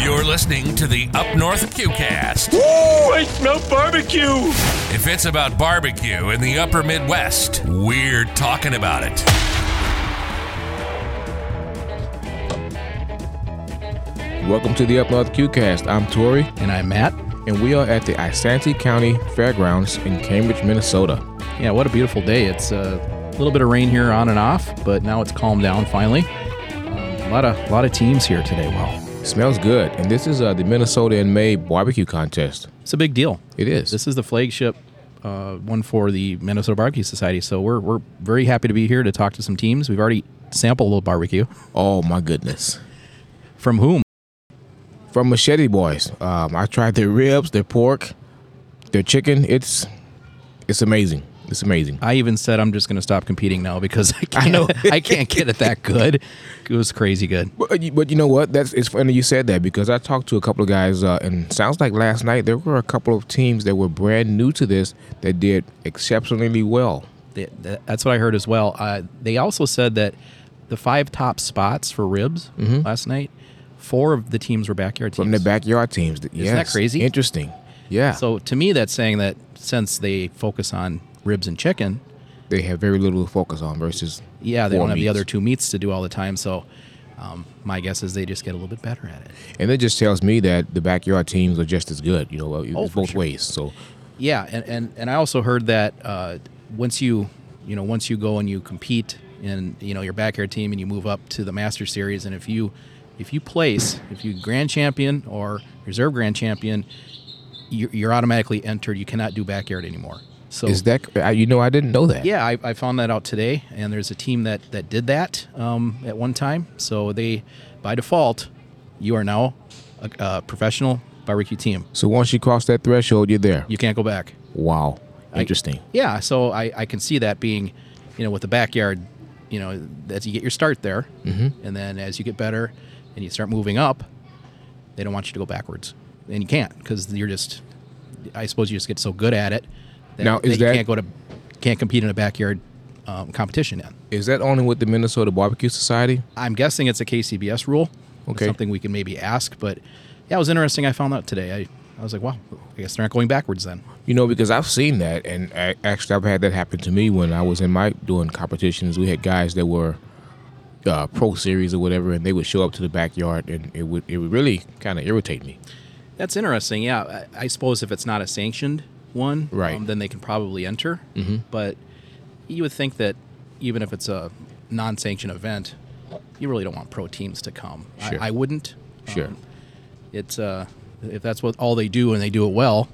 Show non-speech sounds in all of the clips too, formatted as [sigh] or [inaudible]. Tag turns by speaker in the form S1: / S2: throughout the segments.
S1: You're listening to the Up North QCast.
S2: Ooh, I smell barbecue.
S1: If it's about barbecue in the upper Midwest, we're talking about it.
S3: Welcome to the Up North QCast. I'm Tori,
S4: And I'm Matt.
S3: and we are at the Isanti County Fairgrounds in Cambridge, Minnesota.
S4: Yeah, what a beautiful day. It's uh, a little bit of rain here on and off, but now it's calmed down finally. Um, a lot of a lot of teams here today. Wow,
S3: Smells good, and this is uh, the Minnesota in May barbecue contest.
S4: it's a big deal.
S3: It is.
S4: This is the flagship uh, one for the Minnesota Barbecue Society, so we're we're very happy to be here to talk to some teams. We've already sampled a little barbecue
S3: oh my goodness.
S4: from whom?
S3: From Machete Boys, um, I tried their ribs, their pork, their chicken. It's it's amazing. It's amazing.
S4: I even said I'm just going to stop competing now because
S3: [laughs]
S4: I can't, I, know. I can't get it that good. It was crazy good.
S3: But you, but you know what? That's it's funny you said that because I talked to a couple of guys, uh, and sounds like last night there were a couple of teams that were brand new to this that did exceptionally well.
S4: Th- th- That's what I heard as well. Uh, they also said that the five top spots for ribs
S3: Mm-hmm.
S4: last night, four of the teams were backyard teams.
S3: from the backyard teams. Isn't
S4: that crazy?
S3: Interesting. Yeah. So
S4: So to me, that's saying that since they focus on ribs and chicken,
S3: they have very little to focus on versus
S4: yeah, they
S3: four
S4: don't have the
S3: meats.
S4: other two meats to do all the time. So um, my guess is they just get a little bit better at it.
S3: And that just tells me that the backyard teams are just as good. You know, it's
S4: Oh, for
S3: both
S4: sure.
S3: ways. So
S4: Yeah, and, and, and I also heard that uh, once you you know once you go and you compete in you know your backyard team and you move up to the Master Series, and if you if you place if you grand champion or reserve grand champion, you, you're automatically entered. You cannot do backyard anymore. So
S3: is that I- you know I didn't know that.
S4: yeah, I, I found that out today, and there's a team that that did that um, at one time. So they by default, you are now a, a professional barbecue team.
S3: So once you cross that threshold, you're there.
S4: You can't go back.
S3: Wow. Interesting.
S4: Yeah, so I, I can see that being, you know, with the backyard, you know, that you get your start there, mm-hmm. and then as you get better and you start moving up, they don't want you to go backwards, and you can't because you're just, I suppose you just get so good at it that,
S3: Now, is
S4: you
S3: that-
S4: can't go to, can't compete in a backyard um, competition. Then
S3: is that only with the Minnesota Barbecue Society?
S4: I'm guessing it's a KCBS rule. It's
S3: Okay.
S4: something we can maybe ask, but yeah, it was interesting. I found out today. I, I was like, wow, I guess they're not going backwards then.
S3: You know, because I've seen that, and I, actually, I've had that happen to me when I was in my doing competitions. We had guys that were uh, pro series or whatever, and they would show up to the backyard, and it would it would really kind of irritate me.
S4: That's interesting. Yeah, I, I suppose if it's not a sanctioned one, um,
S3: Right.
S4: then they can probably enter. Mm-hmm. But you would think that even if it's a non-sanctioned event, you really don't want pro teams to come.
S3: Sure.
S4: I, I wouldn't.
S3: Sure.
S4: Um, it's uh, if that's what all they do and they do it well,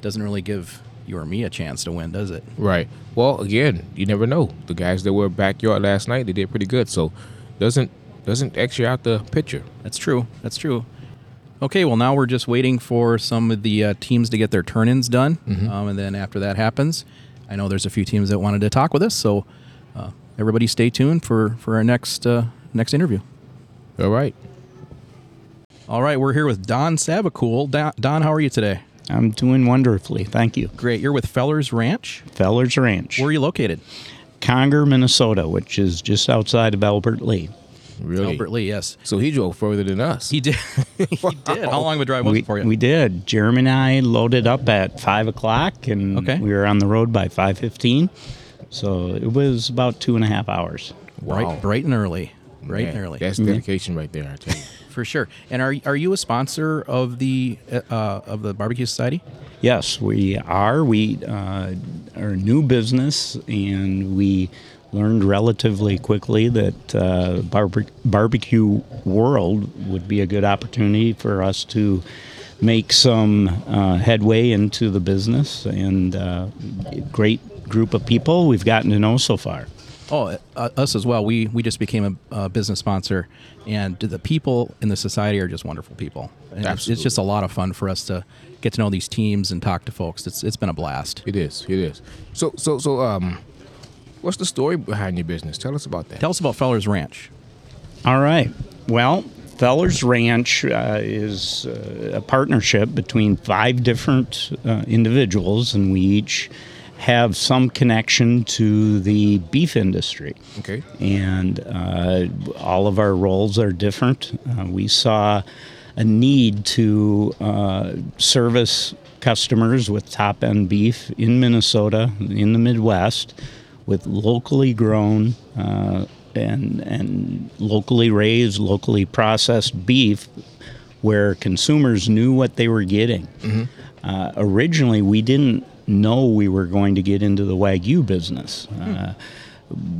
S4: doesn't really give you or me a chance to win, does it?
S3: Right. Well, again, you never know. The guys that were backyard last night, they did pretty good. So, doesn't doesn't X you out the picture.
S4: That's true. That's true. Okay, well, now we're just waiting for some of the uh, teams to get their turn ins done.
S3: Mm-hmm.
S4: Um, and then after that happens, I know there's a few teams that wanted to talk with us. So uh, everybody stay tuned for, for our next, uh, next interview.
S3: All right.
S4: All right, we're here with Don Sabacool. Don, Don, how are you today?
S5: I'm doing wonderfully. Thank you.
S4: Great. You're with Fellers Ranch.
S5: Fellers Ranch,
S4: Where are you located?
S5: Conger, Minnesota, which is just outside of Albert Lee.
S3: Really.
S4: Albert Lee, yes.
S3: So he drove further than us.
S4: He did. [laughs] he did. How long of a drive was
S5: We,
S4: it for you?
S5: we did. Jeremy and I loaded up at five o'clock, and
S4: Okay.
S5: we were on the road by five fifteen. So it was about two and a half hours. Mm-hmm.
S4: bright,
S3: Wow.
S4: bright and early. Bright
S3: Man,
S4: and early.
S3: That's dedication right there. I tell you.
S4: For sure. And are are you a sponsor of the uh, uh, of the barbecue society?
S5: Yes, we are. We uh, are a new business, and we learned relatively quickly that uh, barbe- barbecue world would be a good opportunity for us to make some uh, headway into the business. And uh, great group of people we've gotten to know so far.
S4: Oh, uh, us as well. We we just became a, uh business sponsor, and the people in the society are just wonderful people. And it's- It's
S3: Absolutely.
S4: just a lot of fun for us to get to know these teams and talk to folks. It's it's been a blast.
S3: It is. It is. So so so um, what's the story behind your business? Tell us about that.
S4: Tell us about Feller's Ranch.
S5: All right. Well, Feller's Ranch uh, is uh, a partnership between five different uh, individuals, and we each have some connection to the beef industry.
S3: okay.
S5: And uh, all of our roles are different. Uh, we saw a need to uh, service customers with top end beef in Minnesota, in the Midwest, with locally grown uh, and and locally raised, locally processed beef, where consumers knew what they were getting.
S4: Mm-hmm.
S5: Uh, originally, we didn't know we were going to get into the wagyu business. Uh,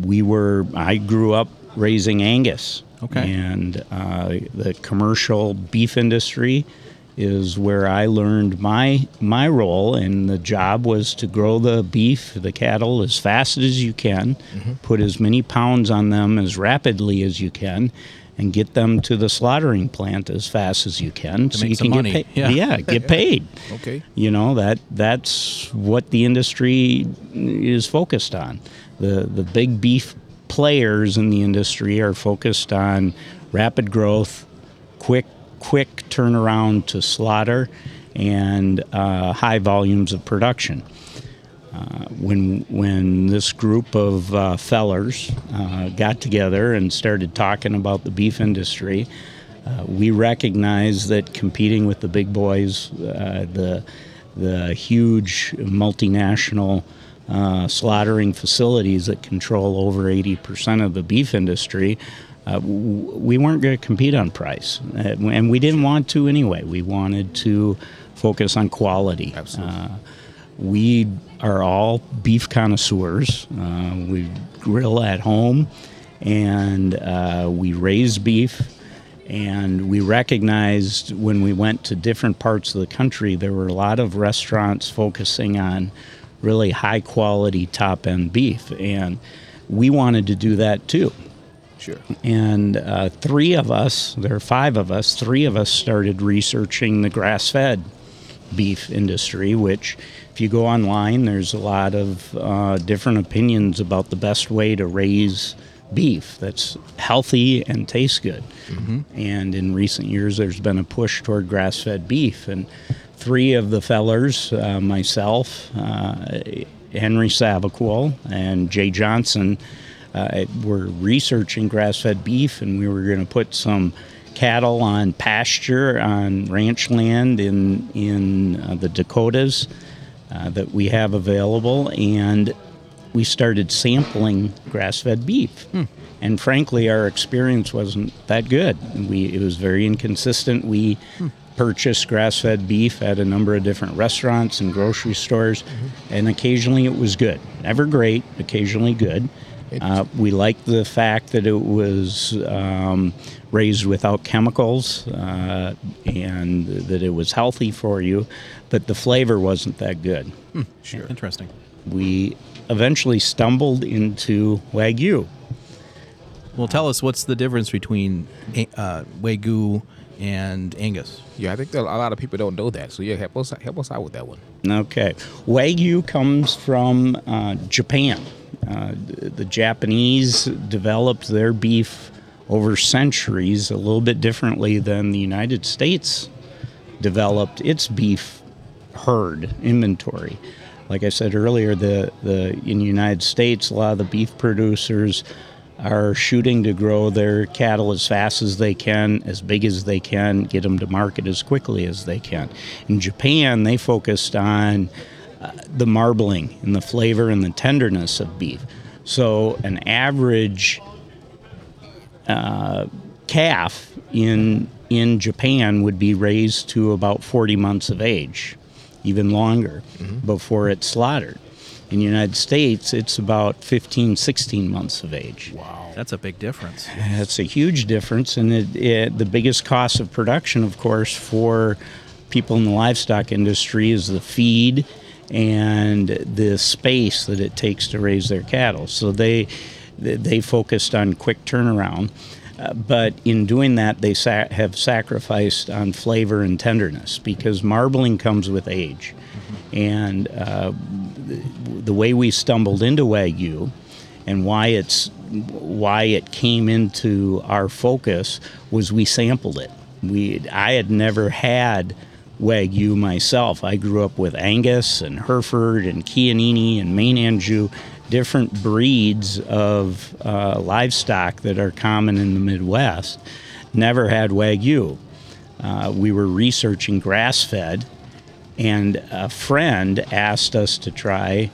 S5: we were. I grew up raising Angus.
S4: Okay.
S5: And uh, the commercial beef industry is where I learned my my role, and the job was to grow the beef, the cattle, as fast as you can, put as many pounds on them as rapidly as you can, and get them to the slaughtering plant as fast as you can, so
S4: make
S5: you
S4: some
S5: can
S4: money.
S5: get paid.
S4: Yeah.
S5: yeah,
S4: [laughs]
S5: get paid.
S3: Okay.
S5: You know that that's what the industry is focused on. The the big beef players in the industry are focused on rapid growth, quick quick turnaround to slaughter, and uh, high volumes of production Uh, when when this group of uh, fellers uh, got together and started talking about the beef industry, uh, we recognized that competing with the big boys, uh, the the huge multinational uh, slaughtering facilities that control over 80% of the beef industry, uh, w- we weren't going to compete on price. Uh, and we didn't want to anyway. We wanted to focus on quality.
S3: Absolutely.
S5: Uh, we are all beef connoisseurs. Uh, we grill at home and uh, we raise beef. And we recognized when we went to different parts of the country, there were a lot of restaurants focusing on really high quality top end beef. And we wanted to do that too
S3: Sure.
S5: and uh, three of us, there are five of us, three of us started researching the grass fed beef industry, which, if you go online, there's a lot of uh, different opinions about the best way to raise beef that's healthy and tastes good. And in recent years, there's been a push toward grass fed beef. And three of the fellers, uh, myself, uh, Henry Savaqual, and Jay Johnson, uh, were researching grass fed beef, and we were going to put some cattle on pasture on ranch land in, in uh, the Dakotas uh, that we have available. And we started sampling grass fed beef. And frankly, our experience wasn't that good. We, it was very inconsistent. We purchased grass fed beef at a number of different restaurants and grocery stores, and occasionally it was good. Never great, occasionally good. Uh, we liked the fact that it was um, raised without chemicals uh, and that it was healthy for you, but the flavor wasn't that good
S3: Hmm,
S4: Sure. Interesting.
S5: we eventually stumbled into Wagyu.
S4: Well, tell us what's the difference between uh, Wagyu and Angus?
S3: Yeah, I think that a lot of people don't know that. So yeah, help us help us out with that one.
S5: Okay. Wagyu comes from uh, Japan. Uh, the, the Japanese developed their beef over centuries a little bit differently than the United States developed its beef herd inventory. Like I said earlier, the, the in the United States, a lot of the beef producers are shooting to grow their cattle as fast as they can, as big as they can, get them to market as quickly as they can. In Japan, they focused on uh, the marbling and the flavor and the tenderness of beef. So, an average uh, calf in in Japan would be raised to about 40 months of age, even longer, before it's slaughtered. In the United States, it's about 15, 16 months of age.
S3: Oh.
S4: That's a big difference. [laughs]
S5: That's a huge difference, and it, it, the biggest cost of production, of course, for people in the livestock industry is the feed and the space that it takes to raise their cattle. So they they focused on quick turnaround, uh, but in doing that, they sa- have sacrificed on flavor and tenderness because marbling comes with age, and uh, the way we stumbled into Wagyu and why it's why it came into our focus was we sampled it. We I had never had Wagyu myself. I grew up with Angus and Hereford and Chianini and Maine Anjou, different breeds of uh, livestock that are common in the Midwest. Never had Wagyu uh, we were researching grass fed, and a friend asked us to try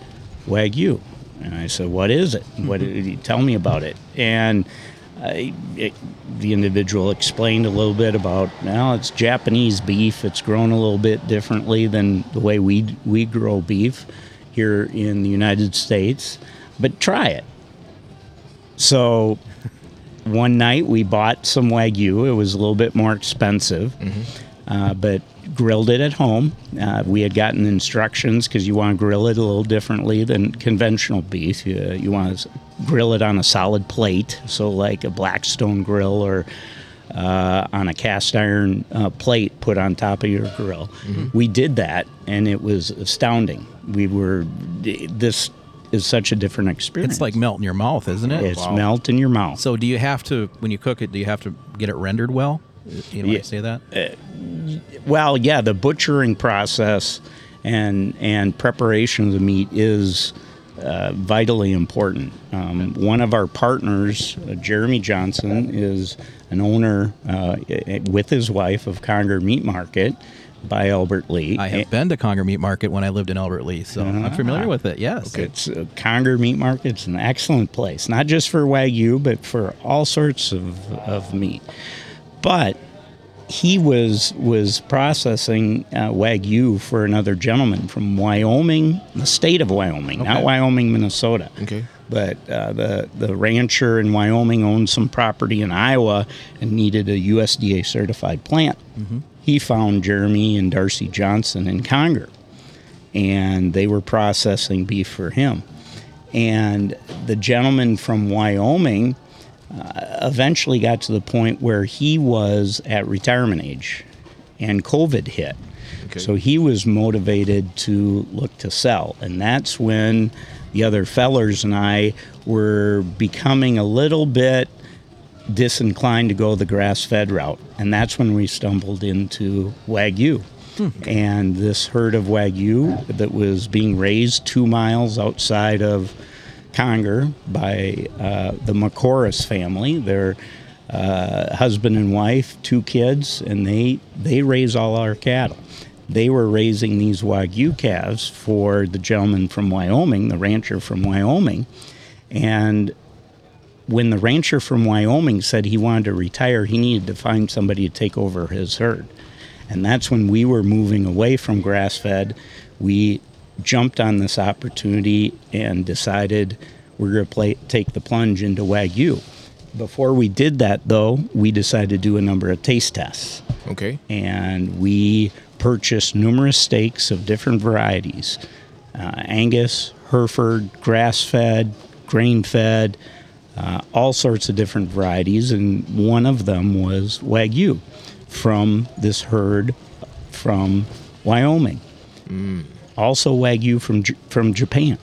S5: Wagyu. And I said, What is it? What Tell me about it. And I, it, the individual explained a little bit about, well, it's Japanese beef. It's grown a little bit differently than the way we, we grow beef here in the United States, but try it. So one night we bought some wagyu. It was a little bit more expensive,
S4: Mm-hmm.
S5: uh, but grilled it at home. Uh, we had gotten instructions because you want to grill it a little differently than conventional beef. You, uh, you want to grill it on a solid plate, so like a Blackstone grill or uh, on a cast iron uh, plate put on top of your grill.
S4: Mm-hmm.
S5: We did that, and it was astounding. We were this is such a different experience.
S4: It's like melt in your mouth, isn't it?
S5: It's melt in your mouth.
S4: So do you have to when you cook it? Do you have to get it rendered well? You know, yeah.
S5: Yeah.
S4: say that.
S3: Eh,
S5: well, yeah, the butchering process and and preparation of the meat is uh, vitally important. Um, one of our partners, uh, Jeremy Johnson, is an owner uh, i- i- with his wife of Conger Meat Market by Albert Lee. Ah.
S4: I have been to Conger Meat Market when I lived in Albert Lee, so I'm familiar with it. Yes.
S5: It's uh, Conger Meat Market's an excellent place, not just for Wagyu, but for all sorts of, of meat. But he was was processing uh, Wagyu for another gentleman from Wyoming, the state of Wyoming, not Wyoming, Minnesota.
S3: Okay.
S5: But uh, the the rancher in Wyoming owned some property in Iowa and needed a USDA certified plant.
S6: Mm-hmm.
S5: He found Jeremy and Darcy Johnson in Conger and they were processing beef for him. And the gentleman from Wyoming uh, eventually got to the point where he was at retirement age and COVID hit. So he was motivated to look to sell. And that's when the other fellers and I were becoming a little bit disinclined to go the grass fed route. And that's when we stumbled into Wagyu. And this herd of Wagyu that was being raised two miles outside of Conger by uh, the Macoris family. They're uh, husband and wife, two kids, and they, they raise all our cattle. They were raising these Wagyu calves for the gentleman from Wyoming, the rancher from Wyoming. And when the rancher from Wyoming said he wanted to retire, he needed to find somebody to take over his herd. And that's when we were moving away from grass fed. We jumped on this opportunity and decided we're going to play, take the plunge into Wagyu. Before we did that, though, we decided to do a number of taste tests
S3: Okay.
S5: and we purchased numerous steaks of different varieties uh, Angus, Hereford, grass fed, grain fed, uh, all sorts of different varieties. And one of them was Wagyu from this herd from Wyoming. Also, Wagyu from, J- from Japan.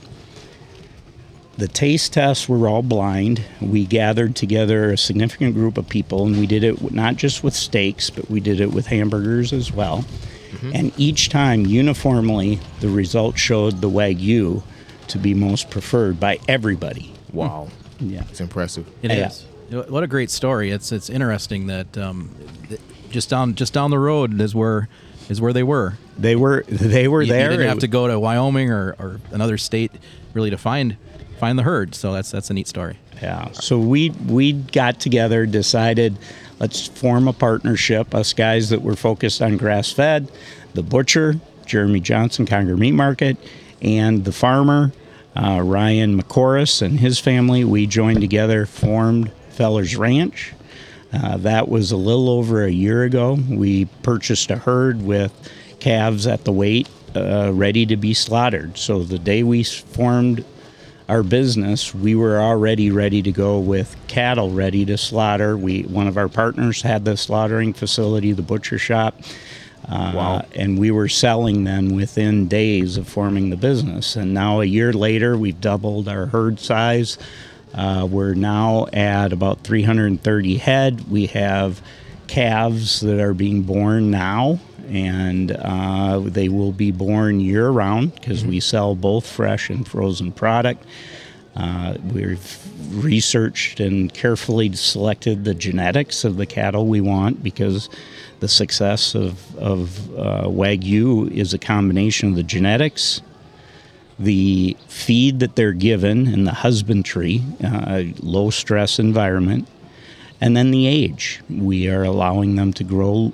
S5: The taste tests were all blind. We gathered together a significant group of people, and we did it w- not just with steaks, but we did it with hamburgers as well.
S3: Mm-hmm.
S5: And each time, uniformly, the result showed the Wagyu to be most preferred by everybody.
S3: Wow.
S5: Yeah.
S3: It's impressive.
S4: It
S5: Yeah.
S4: is. What a great story! It's it's interesting that um, th- just down just down the road is where is where they were.
S5: They were they were
S4: You,
S5: there.
S4: you didn't
S5: It
S4: have to
S5: w-
S4: go to Wyoming or, or another state really to find find the herd. So that's that's a neat story.
S5: Yeah. So we we got together, decided let's form a partnership. Us guys that were focused on grass fed, the butcher Jeremy Johnson, Conger Meat Market, and the farmer uh, Ryan McCorris and his family. We joined together, formed Fellers Ranch. Uh, that was a little over a year ago. We purchased a herd with calves at the weight, uh, ready to be slaughtered. So the day we s- formed our business, we were already ready to go with cattle ready to slaughter. We one of our partners had the slaughtering facility, the butcher shop. Uh, And we were selling them within days of forming the business. And now, a year later, we've doubled our herd size. Uh, we're now at about 330 head. We have calves that are being born now, and uh, they will be born year round because we sell both fresh and frozen product. Uh, we've researched and carefully selected the genetics of the cattle we want because the success of, of uh, Wagyu is a combination of the genetics, the feed that they're given, and the husbandry, uh, low stress environment, and then the age. We are allowing them to grow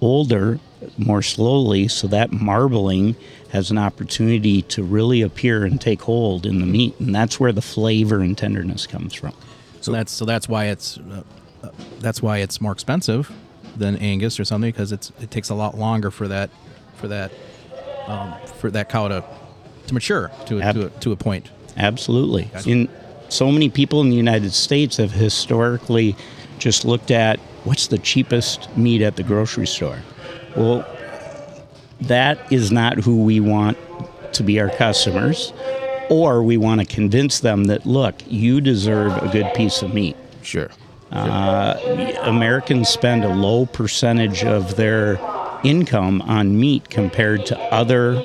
S5: older more slowly so that marbling has an opportunity to really appear and take hold in the meat and that's where the flavor and tenderness comes from
S4: So that's so that's why it's uh, uh, that's why it's more expensive than Angus or something because it's it takes a lot longer for that for that um, for that cow to to mature to a,
S5: Ab-
S4: to, a, to a point.
S5: Absolutely. In so many people in the United States have historically just looked at what's the cheapest meat at the grocery store. Well, that is not who we want to be our customers, or we want to convince them that look, you deserve a good piece of meat. Uh,
S3: Sure.
S5: Americans spend a low percentage of their income on meat compared to other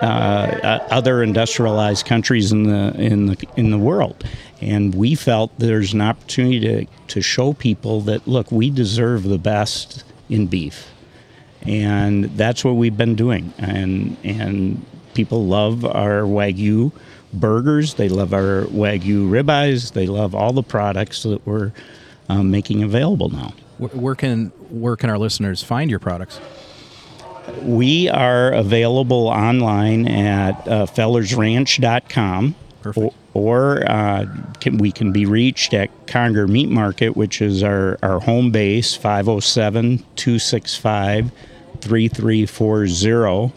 S5: uh, uh, other industrialized countries in the in the in the world, and we felt there's an opportunity to to show people that look, we deserve the best in beef, and that's what we've been doing, and and people love our wagyu burgers, they love our wagyu ribeyes, they love all the products that we're um, making available now.
S4: Where, where can where can our listeners find your products?
S5: We are available online at uh, fellersranch.com.
S4: Perfect.
S5: Or, or, uh, can, we can be reached at Conger Meat Market, which is our, our home base, 507 265 3340.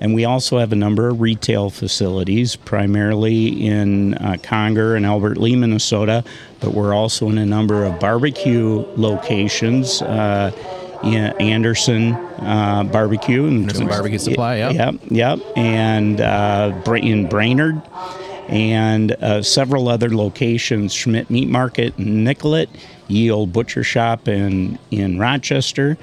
S5: And we also have a number of retail facilities, primarily in uh, Conger and Albert Lee, Minnesota, but we're also in a number of barbecue locations. Uh, in Anderson uh, Barbecue and
S4: Anderson Barbecue Supply, yeah.
S5: yep, yep, and uh, Bra- in Brainerd, and uh, several other locations: Schmidt Meat Market, in Nicolet, Ye Old Butcher Shop in in Rochester,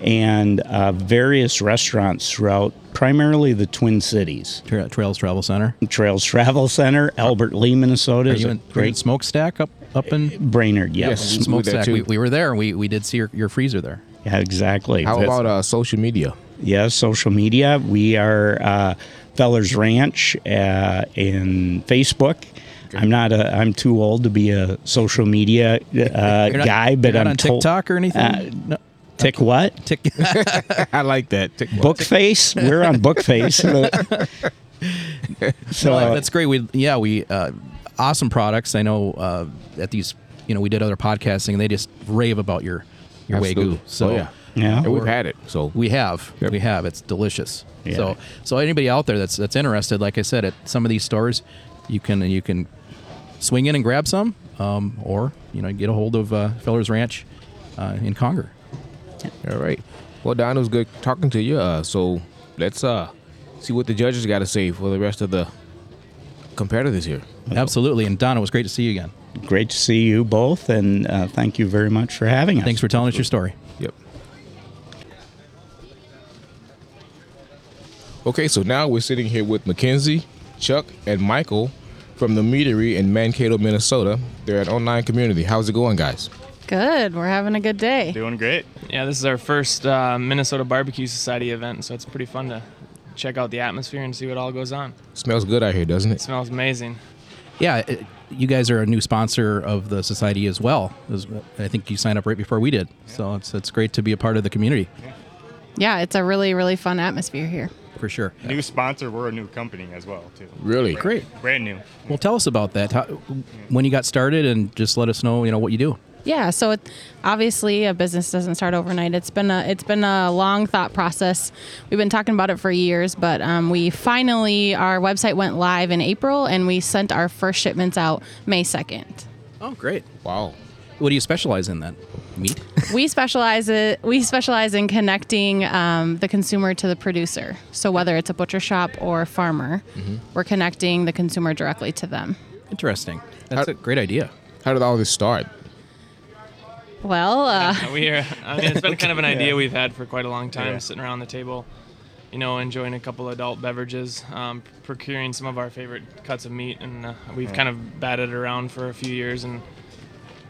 S5: and uh, various restaurants throughout, primarily the Twin Cities.
S4: Tra- Trails Travel Center.
S5: Trails Travel Center, Albert Lee, Minnesota,
S4: Are
S5: is
S4: you
S5: a
S4: in, are you in
S5: great
S4: smokestack up up in
S5: Brainerd.
S3: Yes.
S5: Yes,
S3: we were there
S4: smokestack?
S3: too.
S4: We, we were there. and We we did see your, your freezer there.
S5: yeah, exactly.
S3: How
S5: That's-
S3: about uh, social media?
S5: yeah, social media. We are uh, Fellers Ranch uh, in Facebook. I'm not a. I'm too old to be a social media uh,
S4: You're not-
S5: guy,
S4: you're
S5: but
S4: not
S5: I'm
S4: on
S5: told-
S4: TikTok or anything.
S5: Uh,
S4: [laughs] no,
S5: Tick what?
S4: tick.
S3: I like that.
S5: Bookface. We're on Bookface. so
S4: Well, that's great. We yeah, we uh, awesome products. I know uh, at these you know we did other podcasting and they just rave about your your
S3: Absolutely.
S4: wagyu. So
S3: Oh, yeah.
S5: yeah.
S3: And we've had it. So
S4: we have
S3: Yep.
S4: we have it's delicious.
S5: Yeah.
S4: So so anybody out there that's that's interested, like I said, at some of these stores, you can you can swing in and grab some, um, or you know get a hold of uh, Feller's Ranch uh, in Conger.
S3: all right. Well, Don, it was good talking to you. Uh, so let's uh, see what the judges got to say for the rest of the competitors here.
S4: Absolutely. And Donna, it was great to see you again.
S5: Great to see you both, and uh, thank you very much for having us.
S4: Thanks for telling us your story.
S3: Yep. Okay, so now we're sitting here with Mackenzie, Chuck, and Michael from the Meadery in Mankato, Minnesota. They're an online community. How's it going, guys?
S7: Good. We're having a good day.
S2: Doing great.
S6: Yeah, this is our first uh, Minnesota Barbecue Society event, so it's pretty fun to check out the atmosphere and see what all goes on.
S3: Smells good out here, doesn't
S6: It
S3: it?
S6: smells
S2: [laughs]
S6: amazing.
S4: Yeah, it, you guys are a new sponsor of the society as well. As- I think you signed up right before we did, so it's it's great to be a part of the community
S7: Yeah, it's a really, really fun atmosphere here.
S4: for sure.
S2: New sponsor. We're a new company as well, too.
S3: Really?
S4: Great.
S2: Brand new.
S4: Well, tell us about that. How, when you got started, and just let us know, you know, what you do.
S7: Yeah, so it, obviously a business doesn't start overnight. It's been a it's been a long thought process. We've been talking about it for years, but um, we finally our website went live in April, and we sent our first shipments out May second.
S4: Oh, great.
S3: Wow.
S4: What do you specialize in then? Meat.
S7: we specialize it, we specialize in connecting um, the consumer to the producer. So whether it's a butcher shop or a farmer, we're connecting the consumer directly to them.
S4: Interesting. That's
S3: How-
S4: a great idea.
S3: How did all this start?
S7: Well, uh,
S2: [laughs]
S6: Uh, we are, I mean, it's been kind of an idea we've had for quite a long time, sitting around the table, you know, enjoying a couple adult beverages, um, procuring some of our favorite cuts of meat, and uh, we've kind of batted around for a few years and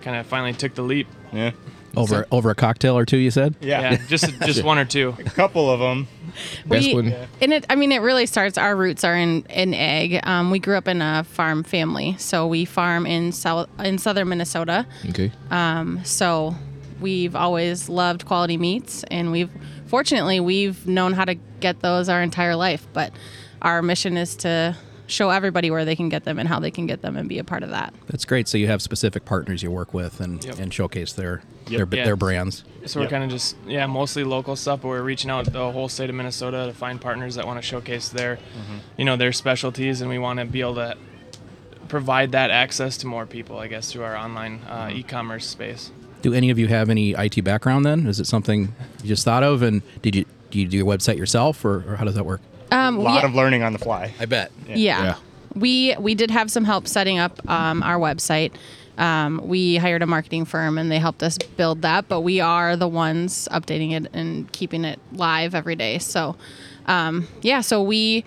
S6: kind of finally took the leap.
S2: Yeah.
S4: Over over a cocktail or two, you said.
S2: Yeah.
S6: Yeah, [laughs] just
S2: [laughs]
S6: just one or two.
S2: A couple of
S4: [laughs]
S2: them.
S3: That's
S7: we,
S3: when- Yeah.
S7: and it i mean it really starts our roots are in in egg um, we grew up in a farm family so we farm in south in southern minnesota Um,
S3: Okay.
S7: so we've always loved quality meats and we've fortunately we've known how to get those our entire life but our mission is to show everybody where they can get them and how they can get them and be a part of that
S4: That's great. So you have specific partners you work with and,
S6: Yep.
S4: and showcase their their
S6: Yeah.
S4: their brands.
S6: So we're
S2: Yep.
S6: kind of just yeah, mostly local stuff, but we're reaching out the whole state of Minnesota to find partners that want to showcase their, you know, their specialties, and we want to be able to provide that access to more people, I guess, through our online uh, e-commerce space.
S4: Do any of you have any IT background? Then is it something you just thought of? And did you do you do your website yourself, or, or how does that work?
S7: um
S2: A lot
S7: yeah.
S2: of learning on the fly.
S4: I bet.
S7: Yeah.
S3: Yeah.
S7: We we did have some help setting up um, our website. Um, we hired a marketing firm and they helped us build that, but we are the ones updating it and keeping it live every day. So, um, yeah, so we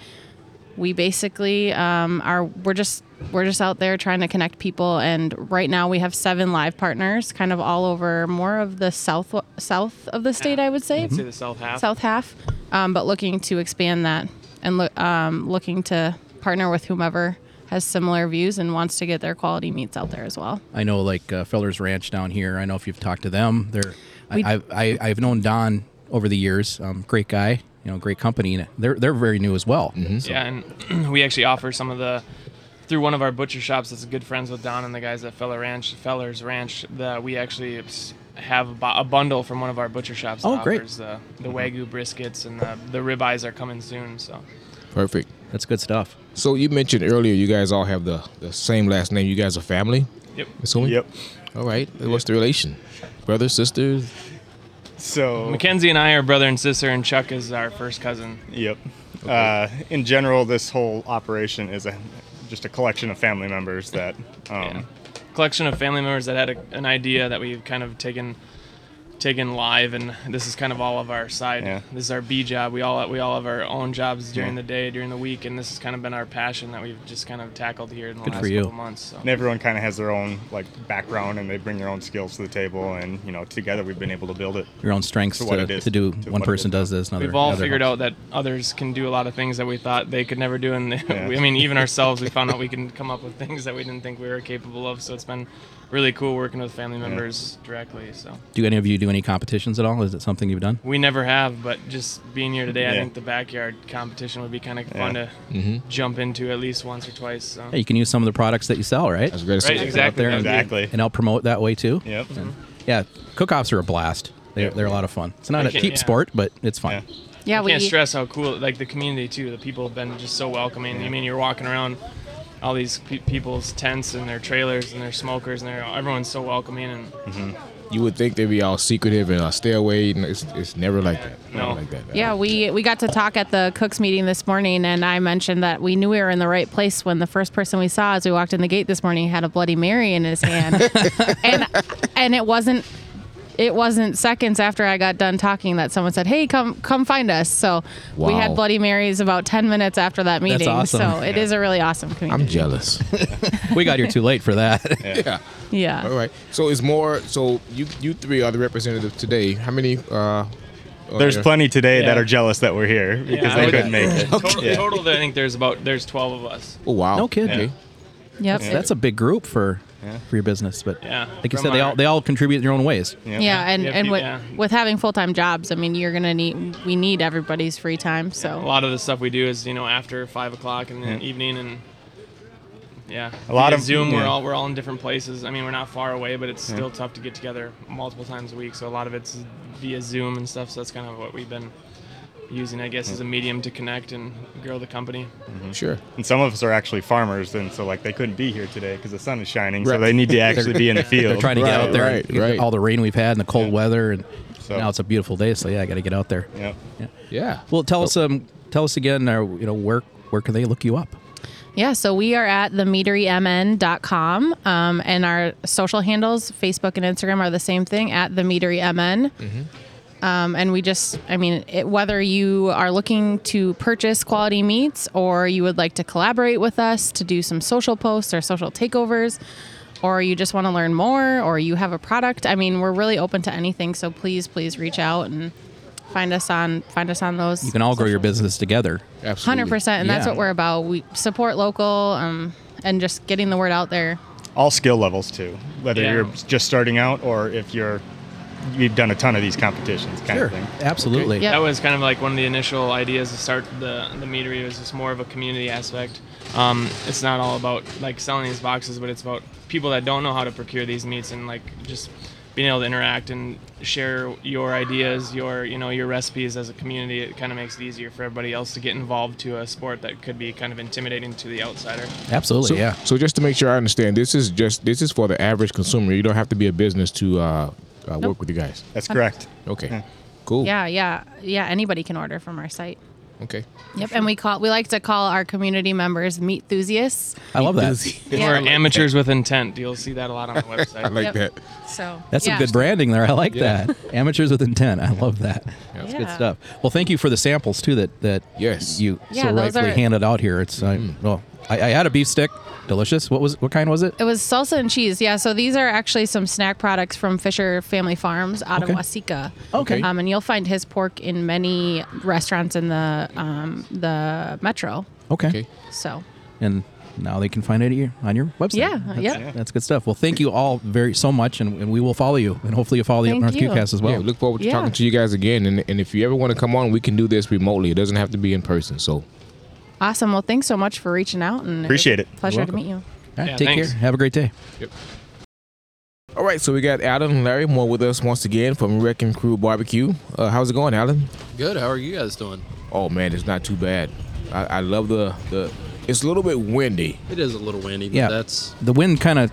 S7: we basically um, are we're just we're just out there trying to connect people and right now we have seven live partners kind of all over more of the south south of the state i would say
S6: I'd say the south half.
S7: south half, um, but looking to expand that and loo- um, looking to partner with whomever has similar views and wants to get their quality meats out there as well.
S4: I know like uh, Feller's Ranch down here. I know if you've talked to them, they're
S7: We-
S4: I, I, I I've known Don over the years. Um, great guy, you know, great company. And they're they're very new as well.
S6: Yeah, and [clears throat] we actually offer some of the through one of our butcher shops that's good friends with Don and the guys at Feller Ranch, Feller's Ranch. That we actually s- have a bu- a bundle from one of our butcher shops.
S4: Oh,
S6: that
S4: great.
S6: Offers the, the wagyu briskets and the the ribeyes are coming soon. So
S3: Perfect.
S4: That's good stuff.
S3: So you mentioned earlier you guys all have the, the same last name. You guys are family,
S6: yep.
S3: assuming?
S2: Yep.
S3: All right. What's the relation? Brothers, sisters?
S2: So.
S6: Mackenzie and I are brother and sister, and Chuck is our first cousin.
S2: Yep. Uh, in general, this whole operation is a, just a collection of family members that. Um,
S6: Collection of family members that had a, an idea that we've kind of taken taken live, and this is kind of all of our side.
S2: Yeah.
S6: This is our B job. We all we all have our own jobs during
S2: Yeah.
S6: the day, during the week, and this has kind of been our passion that we've just kind of tackled here in the
S4: Good for
S6: last
S4: you.
S6: couple months. So.
S2: And everyone kind of has their own like background, and they bring their own skills to the table, and you know, together we've been able to build it.
S4: Your own strengths
S2: To
S4: to,
S2: what it
S4: to,
S2: is,
S4: do.
S2: to
S4: one
S2: what it
S4: person
S2: is.
S4: does this, another.
S6: We've all
S4: another
S6: figured
S4: helps.
S6: out that others can do a lot of things that we thought they could never do, and [laughs] we,
S2: Yeah.
S6: I mean, even ourselves, we found out we can come up with things that we didn't think we were capable of. So it's been really cool working with family members directly. So.
S4: Do any of you do any competitions at all? Is it something you've done?
S6: We never have, but just being here today, I
S2: Yeah.
S6: think the backyard competition would be kind of fun
S2: Yeah.
S6: to jump into at least once or twice. So.
S4: Yeah, Mm-hmm. you can use some of the products that you sell, right?
S3: That's great.
S6: Right, exactly.
S4: there and-
S6: that'd be-
S2: Exactly.
S4: And I'll promote that way too.
S2: Yep.
S4: Yeah, cook-offs are a blast.
S2: Yeah.
S4: They're, they're a lot of fun. It's not a
S6: Okay,
S4: cheap
S6: yeah.
S4: sport, but it's fun.
S2: Yeah.
S7: Yeah,
S6: I
S7: we
S6: can't stress how cool, like the community too. The people have been just so welcoming. I mean, you're walking around all these pe- people's tents and their trailers and their smokers, and they're, everyone's so welcoming. And Mm-hmm.
S3: You would think they'd be all secretive and uh, stay away. And it's, it's never like that.
S6: No.
S3: Never like that.
S7: yeah, we we got to talk at the cooks meeting this morning, and I mentioned that we knew we were in the right place when the first person we saw as we walked in the gate this morning had a Bloody Mary in his hand, and and it wasn't it wasn't seconds after I got done talking that someone said, "Hey, come come find us." So we
S3: Wow.
S7: had Bloody Marys about ten minutes after that meeting.
S4: awesome.
S7: So it is a really awesome community.
S3: I'm [laughs] jealous.
S4: we got here too late for that.
S3: [laughs] yeah.
S7: [laughs] yeah.
S3: All right. So it's more. So you you three are the representative today. How many? Uh, are
S2: There's
S3: there?
S2: plenty today that
S6: Yeah.
S2: are jealous that we're here because
S6: I
S2: they
S6: would- [laughs]
S2: couldn't make it.
S6: total, total, I think there's about there's 12 of us.
S3: Oh wow.
S4: No kidding.
S3: Okay.
S7: Yep.
S4: That's a big group for for your business, but
S6: Yeah,
S4: like you
S6: from
S4: said, they
S6: our-
S4: all they all contribute in their own ways.
S2: Yeah.
S7: yeah, and,
S6: Yeah,
S7: and
S6: peop-
S7: with,
S6: yeah.
S7: with having full time jobs, I mean, you're gonna need we need everybody's free time. So
S6: A lot of the stuff we do is you know after five o'clock in the evening and. Yeah,
S2: A lot
S6: Via
S2: of-
S6: Zoom. We're
S2: yeah.
S6: all we're all in different places. I mean, we're not far away, but it's still tough to get together multiple times a week. So a lot of it's via Zoom and stuff. So that's kind of what we've been using, I guess, as a medium to connect and grow the company.
S3: Sure.
S2: Mm-hmm. And some of us are actually farmers, and so like they couldn't be here today because the sun is shining, so
S3: Right.
S2: they need to actually be in the field.
S4: [laughs] They're trying to get
S3: Right,
S4: out there.
S3: right,
S4: and get
S3: right.
S4: All the rain we've had and the cold weather, and
S2: So-
S4: now it's a beautiful day. So yeah, I got to get out there.
S2: Yep.
S3: Yeah.
S4: Well, tell us um, tell us again, uh, you know, where where can they look you up?
S7: Yeah, so we are at themeaterymn.com. Um,
S8: Mm-hmm.
S7: and our social handles, Facebook and Instagram, are the same thing at themeaterymn. Um, and we just, I mean, it, whether you are looking to purchase quality meats or you would like to collaborate with us to do some social posts or social takeovers, or you just want to learn more, or you have a product, I mean, we're really open to anything. So please, please reach out and find us on find us on those.
S4: You can all grow your business together.
S3: Absolutely.
S7: Hundred percent, and that's
S4: Yeah.
S7: what we're about. We support local um, and just getting the word out there.
S2: all skill levels too. Whether
S6: Yeah.
S2: you're just starting out or if you're you've done a ton of these competitions, kind of thing.
S4: absolutely.
S7: Yep.
S6: That was kind of like one of the initial ideas to start the the meadery was just more of a community aspect. Um, it's not all about like selling these boxes, but it's about people that don't know how to procure these meats and like just being able to interact and share your ideas, your you know your recipes as a community. It kind of makes it easier for everybody else to get involved to a sport that could be kind of intimidating to the outsider.
S4: Absolutely.
S3: So,
S4: yeah.
S3: So just to make sure I understand, this is just this is for the average consumer. You don't have to be a business to uh, uh, work with you guys.
S2: That's correct.
S3: Okay.
S2: Yeah.
S3: Cool.
S7: Yeah, yeah, yeah. Anybody can order from our site.
S3: Okay.
S7: Yep, and we call we like to call our community members meat enthusiasts.
S4: I love that.
S7: Yeah.
S6: Or amateurs with intent. You'll see that a lot on the website.
S3: I
S7: Yep.
S3: like that.
S7: So
S4: That's
S7: yeah.
S4: some good branding there. I like
S3: Yeah.
S4: [laughs] that. Amateurs with intent. I love that. That's good
S7: Yeah.
S4: stuff. Well, thank you for the samples too. That that
S3: Yes. Mm.
S4: you
S7: Yeah,
S4: so
S7: those
S4: rightfully
S7: are-
S4: handed out here. It's I- well, I, I had a beef stick, delicious. What was what kind was it?
S7: It was salsa and cheese. Yeah, so these are actually some snack products from Fisher Family Farms out
S4: Okay.
S7: of Waseca.
S4: Okay.
S7: Um, and you'll find his pork in many restaurants in the um, the metro.
S4: Okay.
S3: Okay.
S7: So
S4: and now they can find it here on your website.
S7: Yeah,
S4: that's,
S7: yeah.
S4: that's good stuff. Well, thank you all very so much, and, and we will follow you, and hopefully you follow the Up
S7: Thank
S4: North
S7: you.
S4: QCast as well.
S3: yeah, we look forward to
S7: Yeah.
S3: talking to you guys again. And, and if you ever want to come on, we can do this remotely. It doesn't have to be in person. So
S7: awesome. Well, thanks so much for reaching out and was
S2: Appreciate it.
S7: a Pleasure to
S4: Welcome.
S7: meet you.
S4: All right,
S6: Yeah,
S4: take
S6: thanks.
S4: care. Have a great day.
S3: All right, so we got Alan and Larry Moore with us once again from Wreck and Crew Barbecue. Uh, how's it going, Alan?
S8: Good. How are you guys doing?
S3: Oh man, it's not too bad. I, I love the the. It's a little bit windy.
S8: It is a little windy, but
S4: Yeah.
S8: that's
S4: The wind kind of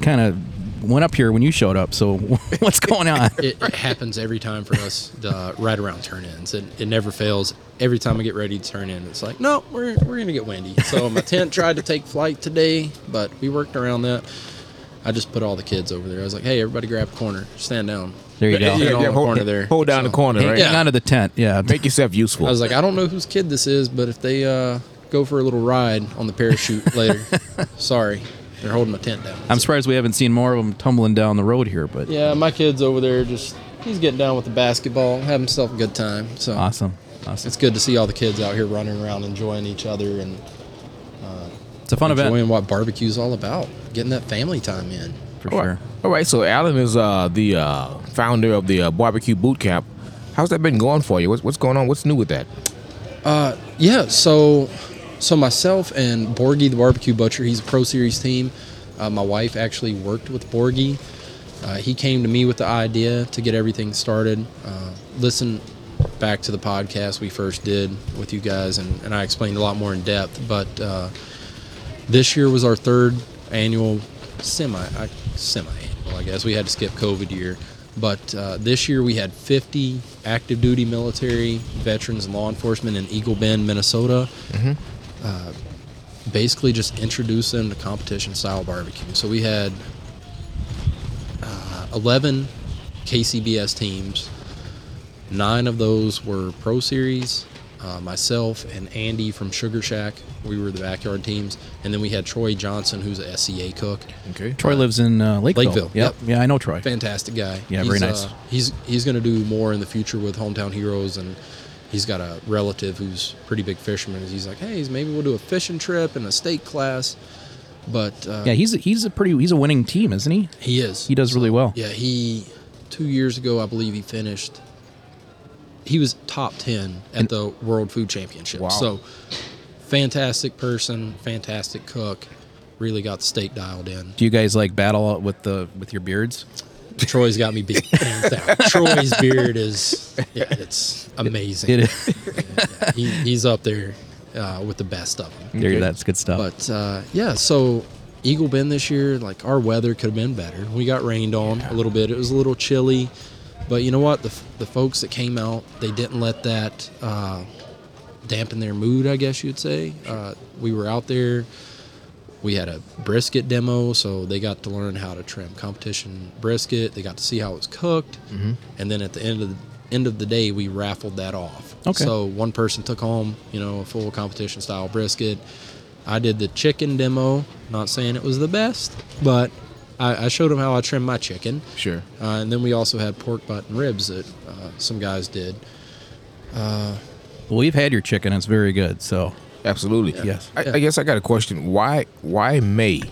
S4: kind of went up here when you showed up. So [laughs]
S3: [laughs]
S4: what's going on?
S8: it, it happens every time for us uh, right around turn ins. It, it never fails. Every time I get ready to turn in, it's like, no, we're, we're going to get windy. So my tent tried to take flight today, but we worked around that. I just put all the kids over there. I was like, hey, everybody grab a corner. Stand down.
S4: There you go.
S8: They're
S3: Yeah,
S8: all
S3: yeah,
S8: in the
S3: hold,
S8: corner there.
S3: hold down
S8: So-
S3: the corner, right?
S4: Hang on to the tent. Yeah.
S3: [laughs] Make yourself useful.
S8: I was like, I don't know whose kid this is, but if they uh, go for a little ride on the parachute
S4: [laughs]
S8: later, sorry. They're holding my tent down.
S4: I'm surprised we haven't seen more of them tumbling down the road here, but
S8: Yeah, my kid's over there just he's getting down with the basketball, having himself a good time. So
S4: awesome. Awesome.
S8: it's good to see all the kids out here running around enjoying each other and uh,
S4: It's a fun
S8: enjoying
S4: event
S8: what barbecue's all about. Getting that family time in.
S4: for
S3: All
S4: sure.
S3: right. All right. So Alan is uh, the uh, founder of the uh, barbecue boot camp. How's that been going for you? What's, what's going on? What's new with that?
S8: Uh, Yeah, so so myself and Borgie the barbecue butcher, he's a pro series team. Uh, my wife actually worked with Borgie. Uh, he came to me with the idea to get everything started. Uh, listen back to the podcast we first did with you guys, and, and I explained a lot more in depth. But uh, this year was our third annual semi semi annual, I guess. We had to skip COVID year, but uh, this year we had 50 active duty military veterans and law enforcement in Eagle Bend, Minnesota. Uh, basically, just introduce them to competition style barbecue. So we had uh, 11 KCBS teams. Nine of those were Pro Series. Uh, myself and Andy from Sugar Shack, we were the backyard teams, and then we had Troy Johnson, who's a SCA cook.
S3: Okay.
S4: Troy lives in uh, Lakeville.
S8: Lakeville,
S4: Yep.
S8: yep.
S4: Yeah, I know Troy.
S8: Fantastic guy.
S4: Yeah,
S8: he's,
S4: very nice.
S8: uh, he's he's going to do more in the future with Hometown Heroes, and he's got a relative who's a pretty big fisherman. and He's like, hey, maybe we'll do a fishing trip and a steak class. But uh,
S4: Yeah, he's he's a pretty he's a winning team, isn't he?
S8: he is.
S4: He does really well.
S8: Yeah, he two years ago, I believe he finished. He was top ten at the World Food Championship.
S3: Wow.
S8: So, fantastic person, fantastic cook. Really got the steak dialed
S4: [laughs]
S8: in.
S4: Do you guys like battle with the with your beards?
S8: Troy's got me
S4: [laughs]
S8: beat. hands down. Troy's beard is yeah, it's amazing.
S4: It is.
S8: He, he's up there uh, with the best of them.
S4: There, that's good stuff.
S8: But uh, yeah, so Eagle Bend this year, like our weather could have been better. We got rained on a little bit. It was a little chilly, but you know what? The f- the folks that came out, they didn't let that uh, dampen their mood. I guess you'd say. Uh, we were out there. We had a brisket demo, so they got
S3: Mm-hmm.
S8: to learn how to trim competition brisket. They got to see how it was cooked, and then at the end of the end of the day, we raffled that off.
S4: Okay.
S8: So one person took home, you know, a full competition style brisket. I did the chicken demo. Not saying it was the best, but I, I showed them how I trim my chicken.
S3: Sure.
S8: Uh, and then we also had pork butt and ribs that uh, some guys did. Uh,
S4: Well, we've had your chicken. It's very good. So
S3: Absolutely.
S4: Yes.
S3: I, I guess I got a question. Why why May?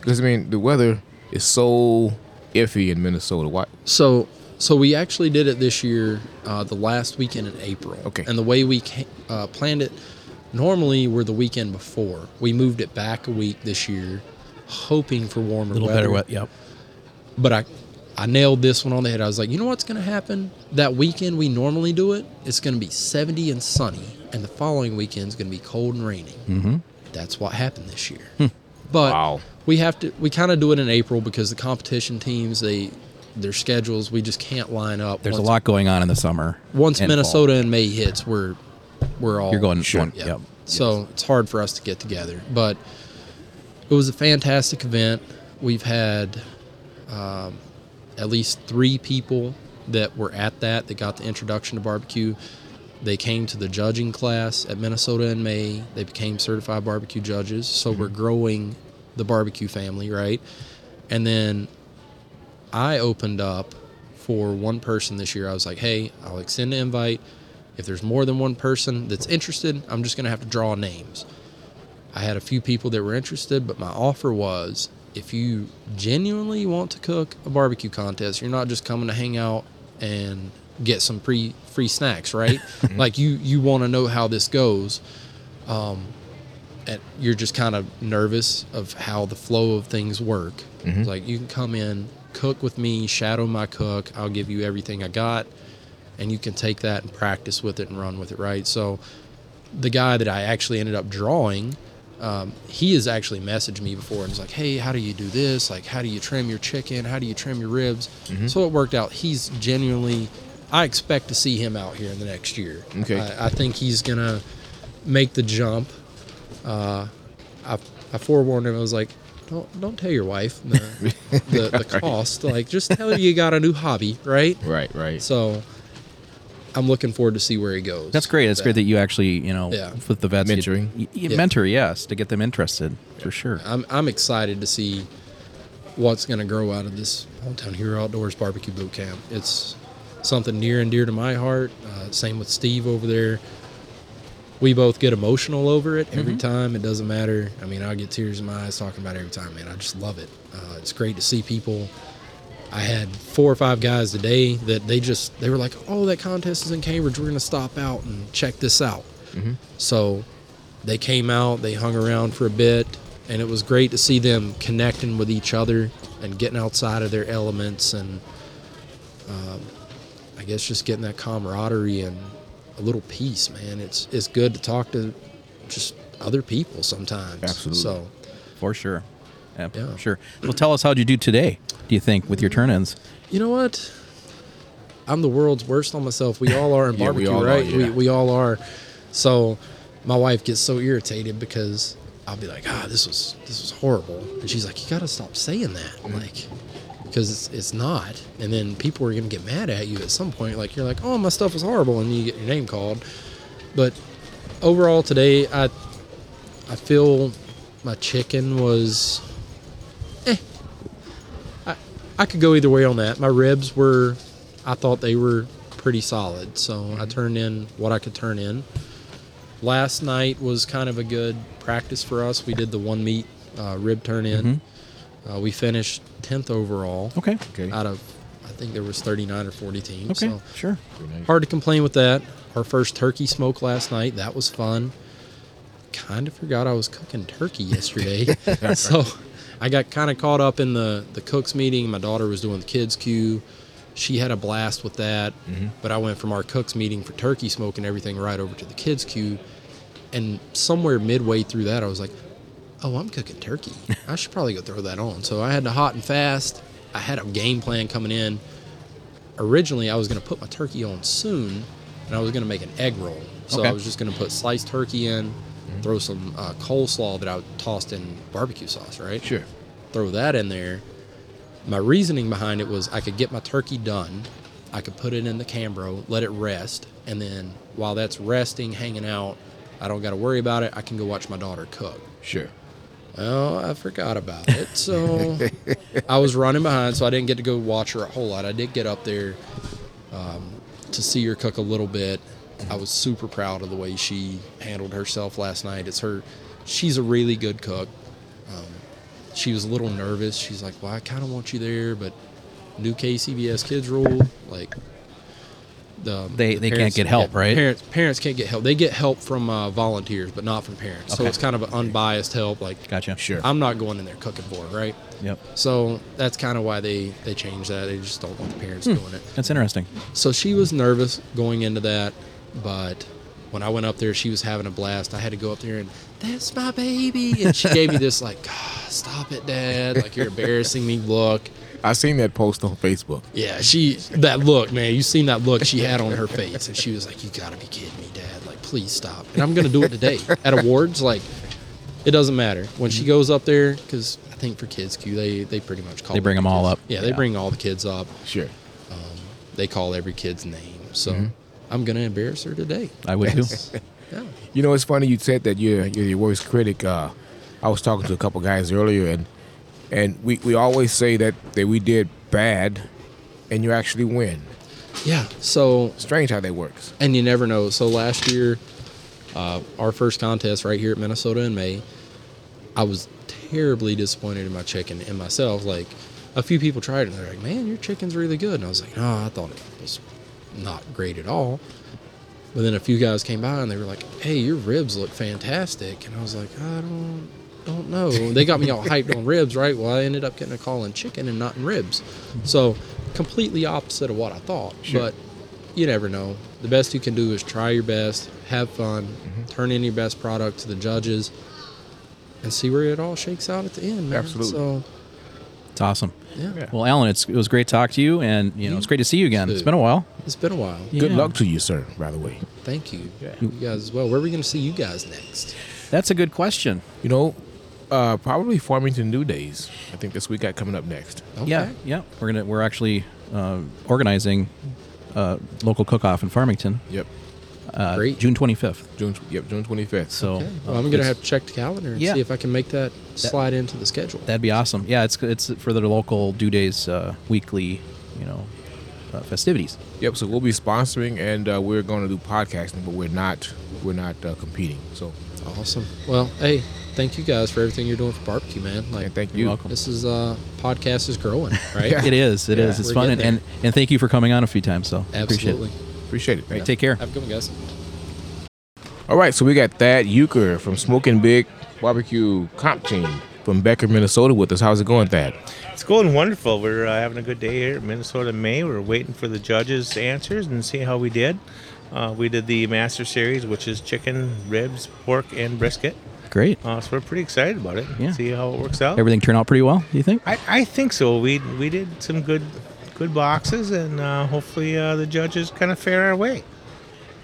S3: Because I mean the weather is so iffy in Minnesota. Why?
S8: So, so we actually did it this year, uh, the last weekend in April.
S3: Okay.
S8: And the way we ca- uh, planned it, normally we're the weekend before. We moved it back a week this year, hoping for warmer
S4: a little
S8: weather.
S4: better. What? Yep.
S8: But I, I nailed this one on the head. I was like, you know what's going to happen? That weekend we normally do it, it's going to be 70 and sunny, and the following weekend's going to be cold and raining. Mm-hmm. That's what happened this year.
S4: Hmm.
S8: But
S3: Wow.
S8: we have to we kind of do it in April because the competition teams they their schedules we just can't line up.
S4: There's a
S8: once-
S4: lot going on in the summer.
S8: Once
S4: and fall.
S8: Minnesota and May hits, we're we're all
S4: You're going-
S8: short.
S4: one- yep.
S8: So it's hard for us to get together, but it was a fantastic event. We've had um, at least three people that were at that that got the introduction to barbecue. They came to the judging class at Minnesota in May. They became certified barbecue judges. So
S4: Mm-hmm.
S8: we're growing the barbecue family, right? And then I opened up for one person this year. I was like, hey, I'll extend an invite. If there's more than one person that's interested, I'm just going to have to draw names. I had a few people that were interested, but my offer was if you genuinely want to cook a barbecue contest, you're not just coming to hang out and get some pre free snacks, right? like you you want to know how this goes. Um and you're just kind of nervous of how the flow of things work. It's Like you can come in, cook with me, shadow my cook, I'll give you everything I got and you can take that and practice with it and run with it, right? So the guy that I actually ended up drawing, um, he has actually messaged me before and was like, "Hey, how do you do this? Like, how do you trim your chicken? How do you trim your ribs?"
S4: Mm-hmm.
S8: So it worked out. He's genuinely, I expect to see him out here in the next year.
S3: Okay.
S8: I, I think he's gonna make the jump. Uh, I, I forewarned him. I was like, "Don't don't tell your wife
S4: [laughs]
S8: the the, the cost. Like, just tell her you got a new hobby, right?"
S3: Right, right.
S8: So I'm looking forward to see where he goes.
S4: That's great. That's
S8: Yeah.
S4: great that you actually, you know,
S8: Yeah.
S4: with the vets, you-
S3: Mentoring.
S4: you- you
S8: Yeah.
S4: mentor, yes, to get them interested for sure.
S8: I'm I'm excited to see what's going to grow out of this hometown hero outdoors barbecue boot camp. It's something near and dear to my heart. Uh, same with Steve over there. We both get emotional over it
S4: Mm-hmm.
S8: every time. It doesn't matter. I mean, I get tears in my eyes talking about it every time, man. I just love it. Uh, it's great to see people. I had four or five guys today that they just they were like, "Oh, that contest is in Cambridge. We're going to stop out and check this out."
S4: Mm-hmm.
S8: Mm-hmm. So they came out, they hung around for a bit, and it was great to see them connecting with each other and getting outside of their elements and um, I guess just getting that camaraderie and a little peace, man. It's it's good to talk to just other people sometimes.
S3: Absolutely.
S8: So
S4: For sure. Yeah,
S8: Yeah.
S4: for sure. Well, tell us how'd you do today, do you think, with your turn ins?
S8: you know what? I'm the world's worst on myself. We all are in
S3: [laughs] Yeah, we
S8: barbecue,
S3: all are,
S8: right?
S3: yeah.
S8: we, we all are. So my wife gets so irritated because I'll be like, ah, this was this was horrible, and she's like, you gotta stop saying that,
S3: Mm-hmm.
S8: like, because it's it's not. And then people are gonna get mad at you at some point. Like you're like, oh, my stuff was horrible, and you get your name called. But overall today, I I feel my chicken was eh. I could go either way on that. My ribs were, I thought they were pretty solid, so
S4: Mm-hmm.
S8: I turned in what I could turn in. Last night was kind of a good practice for us. We did the one meat uh, rib turn in. Uh, we finished tenth overall
S4: Mm-hmm. Okay.
S3: Okay.
S8: out of, I think there was thirty nine or forty teams.
S4: Okay.
S8: So
S4: Sure.
S8: hard to complain with that. Our first turkey smoke last night. That was fun. Kind of forgot I was cooking turkey yesterday, so I got kind of caught up in the the cooks meeting. My daughter was doing the kids queue. She had a blast with that, but I went from our cooks meeting for turkey smoke and everything right over to the kids queue. And somewhere midway through that, I was like, "Oh, I'm cooking turkey. I should probably go throw that on." So I had to hot and fast. I had a game plan coming in originally I was going to put my turkey on soon, and I was going to make an egg roll. So
S4: Okay.
S8: I was just going to put sliced turkey in, throw some uh, coleslaw that I tossed in barbecue sauce, right?
S3: Sure.
S8: Throw that in there. My reasoning behind it was I could get my turkey done. I could put it in the Cambro, let it rest, and then while that's resting, hanging out, I don't got to worry about it. I can go watch my daughter cook.
S3: Sure.
S8: Well, I forgot about it. So [laughs] I was running behind, so I didn't get to go watch her a whole lot. I did get up there um, to see her cook a little bit. I was super proud of the way she handled herself last night. It's her, she's a really good cook. Um, she was a little nervous. She's like, "Well, I kind of want you there, but new KCBS kids rule, like the um,
S4: They-
S8: the
S4: they can't get help,
S8: yeah,
S4: right?
S8: Parents parents can't get help. They get help from uh, volunteers, but not from parents. So
S4: Okay.
S8: it's kind of an unbiased help. Like
S4: Gotcha.
S3: Sure.
S8: I'm not going in there cooking for her, right?
S4: Yep.
S8: So that's kind of why they they changed that. They just don't want the
S4: Hmm.
S8: parents doing it.
S4: That's interesting.
S8: So she was nervous going into that, but when I went up there, she was having a blast. I had to go up there and that's my baby, and she gave me
S9: [laughs]
S8: this like, "God, stop it, Dad! Like you're embarrassing me. Look,
S3: I seen that post on Facebook.
S8: yeah, she that look, man. You seen that look she had on her face, and she was like, "You gotta be kidding me, Dad! Like, please stop." And I'm gonna do it today at awards. Like, it doesn't matter when she goes up there because I think for kids Q, they they pretty much call
S4: They bring 'em all
S8: kids.
S4: up.
S8: Yeah, they
S4: Yeah.
S8: bring all the kids up. Um,
S3: Sure.
S8: They call every kid's name. So I'm gonna embarrass her today.
S4: Mm-hmm. I would too.
S8: [laughs] Yeah.
S3: [laughs] You know, it's funny you said that you're you're your worst critic. Uh, I was talking to a couple guys earlier, and and we, we always say that that we did bad, and you actually win.
S8: Yeah. So
S3: Strange how that works.
S8: and you never know. So last year, uh, our first contest right here at Minnesota in May, I was terribly disappointed in my chicken and myself. Like a few people tried it and they're like, "Man, your chicken's really good," and I was like, "No, I thought it was not great at all." But then a few guys came by and they were like, "Hey, your ribs look fantastic," and I was like, "I don't." Don't know. They got
S4: [laughs]
S8: me all hyped on ribs, right? Well, I ended up getting a call in chicken and not in ribs. So, completely opposite of what I thought. But you never know. The best you can do is try your best, have fun,
S4: Mm-hmm.
S8: turn in your best product to the judges, and see where it all shakes out at the end. Man.
S3: Absolutely.
S8: So,
S4: It's awesome.
S8: yeah.
S4: Well, Alan, it's, it was great to talk to you, and you know it's great to see you again. It's been a while.
S8: It's been a while.
S3: Good
S4: Yeah.
S3: luck to you, sir. By the way,
S8: Thank you. You guys as well. Where are we going to see you guys next?
S4: That's a good question.
S3: you know, uh, probably Farmington New Days. I think this we got coming up next.
S8: Okay.
S4: Yeah, yeah. We're gonna we're actually uh, organizing a local cook-off in Farmington,
S3: Yep,
S4: uh,
S8: Great.
S4: June 25th.
S3: June. Yep, June twenty fifth.
S4: So
S8: Okay.
S4: uh,
S8: Well, I'm going to
S4: it's-
S8: have to check the calendar and
S4: Yeah.
S8: see if I can make that, slide into the schedule.
S4: that'd be awesome. Yeah, it's it's for the local due days uh, weekly, you know, uh, festivities.
S3: Yep. So we'll be sponsoring, and uh, we're going to do podcasting, but we're not we're not uh, competing. So
S8: awesome. Well, hey, thank you guys for everything you're doing for barbecue, man. Like,
S3: and thank
S4: You're
S3: you.
S4: welcome.
S8: This is uh podcast is growing,
S4: [laughs]
S8: right?
S4: It is. It is. It's
S8: We're
S4: fun, and,
S8: getting
S4: and and thank you for coming on a few times. So
S8: Absolutely.
S4: appreciate
S3: Appreciate it.
S4: it.
S3: Thank you.
S4: Take care.
S8: Have a good one, guys.
S3: All right, so we got Thad Euchre from Smoking Big Barbecue Comp Team from Becker, Minnesota, with us. How's it going, Thad?
S10: It's going wonderful. We're uh, having a good day here at Minnesota May. We're waiting for the judges' answers and see how we did. Uh, we did the Master Series, which is chicken, ribs, pork, and brisket.
S4: Great.
S10: Uh, so we're pretty excited about it.
S4: Yeah.
S10: See how it works out.
S4: Everything turned out pretty well. You think?
S10: I, I think so. We we did some good good boxes, and uh, hopefully uh, the judges kind of fare our way.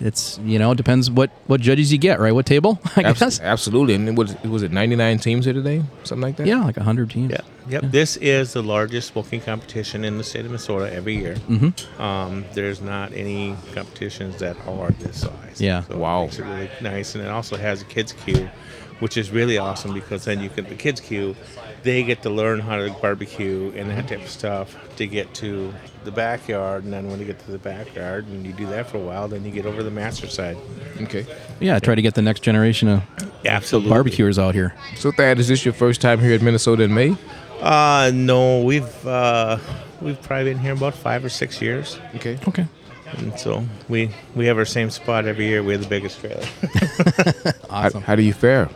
S4: It's you know it depends what what judges you get, right? What table? [laughs] I
S3: Abs-
S4: guess.
S3: Absolutely. And it was, was it 99 teams here today? Something like that?
S4: Yeah, like hundred teams.
S10: Yeah. Yep. This is the largest smoking competition in the state of Minnesota every year. Mm-hmm. Um, there's not any competitions that are this size.
S4: Yeah.
S10: So
S3: Wow.
S10: It makes it really nice, and it also has a kids queue, which is really awesome because then you can the kids queue, they get to learn how to barbecue and that type of stuff to get to the backyard, and then when you get to the backyard and you do that for a while, then you get over to the master side.
S3: Okay.
S4: Yeah, try to get the next generation of
S10: Absolutely.
S4: barbecuers out here.
S3: So, Thad, is this your first time here at Minnesota in May?
S10: Uh, no, we've uh, we've probably been here about five or six years.
S3: Okay.
S4: Okay.
S10: And so we we have our same spot every year. We have the biggest trailer.
S3: Awesome. How, do you fare?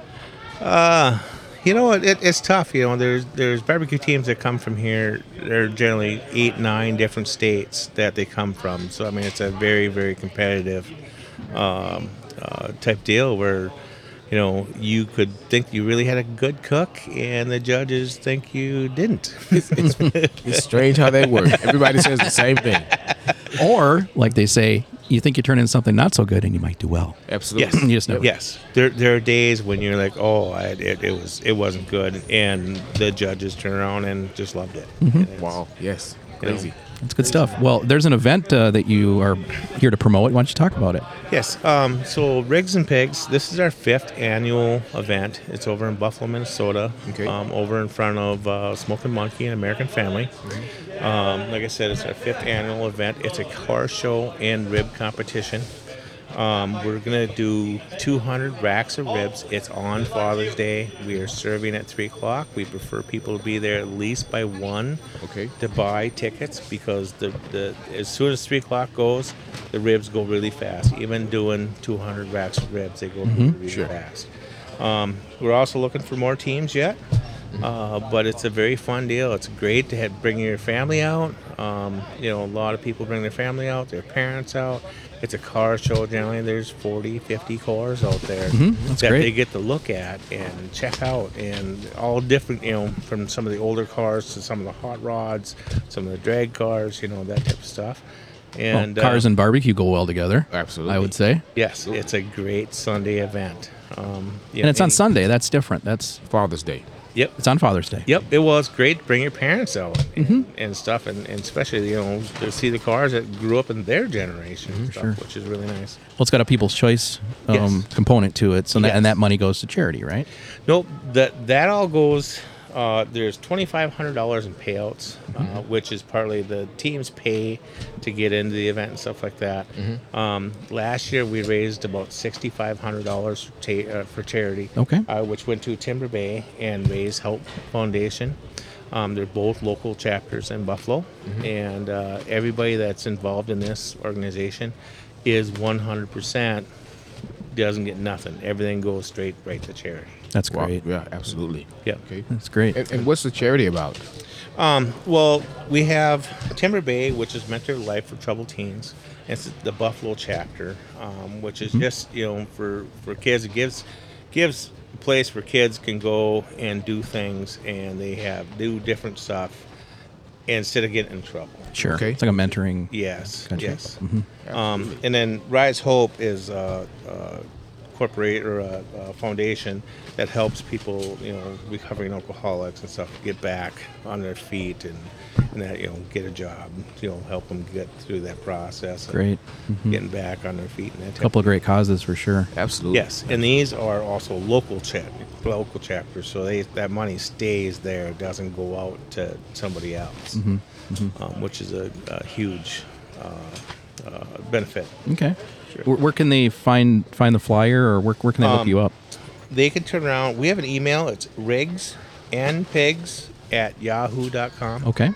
S10: Uh, you know what? It, it's tough. You know, there's there's barbecue teams that come from here. They're generally eight nine different states that they come from. So I mean, it's a very very competitive um, uh, type deal where. You know, you could think you really had a good cook, and the judges think you didn't.
S3: It's strange how that works. Everybody says the same thing.
S4: Or like they say, you think you turn in something not so good, and you might do well.
S3: Absolutely.
S4: You just never.
S10: Yes, there there are days when you're like, oh, I, it, it was it
S4: Mm-hmm.
S10: wasn't good, and the judges turn around and just loved it. And it's-
S3: Wow. Yes.
S10: you know,
S3: Crazy.
S4: That's good stuff. Well, there's an event uh, that you are here to promote. Why don't you talk about it?
S10: Yes. Um, so Rigs and Pigs. This is our fifth annual event. It's over in Buffalo, Minnesota.
S3: Okay.
S10: Um, over in front of uh, Smoking Monkey and American Family.
S3: Mm-hmm.
S10: Um, like I said, it's our fifth annual event. It's a car show and rib competition. Um, we're gonna do 200 racks of ribs. It's on Father's Day. We are serving at three o'clock. We prefer people to be there at least by one
S3: Okay.
S10: to buy tickets because the, the as soon as three o'clock goes, the ribs go really fast. Even doing 200 racks of ribs, they go really fast. Um, we're also looking for more teams yet, uh, but it's a very fun deal. It's great to have, bring your family out. Um, you know, a lot of people bring their family out, their parents out. It's a car show. Generally, there's 40, 50 cars out there
S4: Mm-hmm. That's
S10: that
S4: great.
S10: they get to look at and check out, and all different. You know, from some of the older cars to some of the hot rods, some of the drag cars. You know, that type of stuff.
S4: Well,
S10: And
S4: cars
S10: uh,
S4: and barbecue go well together.
S3: Absolutely.
S4: I would say.
S10: yes, it's a great Sunday event. Um, yeah,
S4: And it's on
S10: any-
S4: Sunday. That's different. That's
S3: Father's Day.
S10: Yep,
S4: it's on Father's Day.
S10: Yep, it was great. to Bring your parents out and,
S4: Mm-hmm.
S10: and stuff, and, and especially you know to see the cars that grew up in their generation,
S4: Mm-hmm,
S10: and stuff, which is really nice.
S4: Well, it's got a people's choice um,
S10: Yes.
S4: component to it, so that,
S10: Yes.
S4: and that money goes to charity, right?
S10: Nope, that that all goes. Uh, there's twenty five hundred dollars in payouts, uh, which is partly the teams pay to get into the event and stuff like that. Um, last year we raised about sixty five hundred dollars ta- uh, for charity.
S4: Okay.
S10: uh, which went to Timber Bay and Raise Help Foundation. Um, they're both local chapters in Buffalo, and uh, everybody that's involved in this organization is 100% doesn't get nothing. Everything goes straight right to charity.
S4: That's
S3: Wow.
S4: great.
S3: Yeah, absolutely.
S10: Yeah.
S3: Okay.
S4: That's great.
S3: And, and what's the charity about?
S10: Um, well, we have Timber Bay, which is meant to life for troubled teens. It's the Buffalo chapter, um, which is
S4: Mm-hmm.
S10: just you know for for kids. It gives gives a place where kids can go and do things, and they have do different stuff instead of getting in trouble.
S4: Sure.
S3: Okay.
S4: It's like a mentoring.
S10: Yes,
S4: Gotcha.
S10: yes. Um, and then Rise Hope is a, a corporate or a, a foundation that helps people, you know, recovering alcoholics and stuff get back on their feet and, and that you know get a job, you know, help them get through that process. of
S4: Great.
S10: Getting back on their feet and that.
S4: A
S10: type
S4: couple of great causes for sure.
S3: Absolutely.
S10: Yes, and these are also local chap, local chapters, so they that money stays there, it doesn't go out to somebody else,
S4: Mm-hmm.
S10: Um, which is a, a huge uh, uh, benefit.
S4: Okay. Where, where can they find find the flyer, or where, where can they look
S10: Um,
S4: you up?
S10: They can turn around. We have an email. It's rigs and pigs at yahoo.com.
S4: Okay.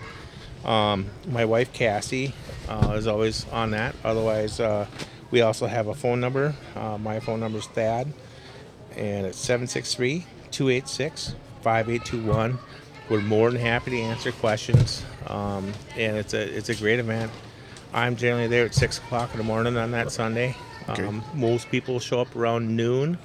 S10: Um, my wife Cassie uh, is always on that. Otherwise, uh, we also have a phone number. Uh, my phone number is Thad, and it's 763 286 5821. We're more than happy to answer questions, um, and it's a it's a great event. I'm generally there at six o'clock in the morning on that Sunday. Um, most people show up around noon.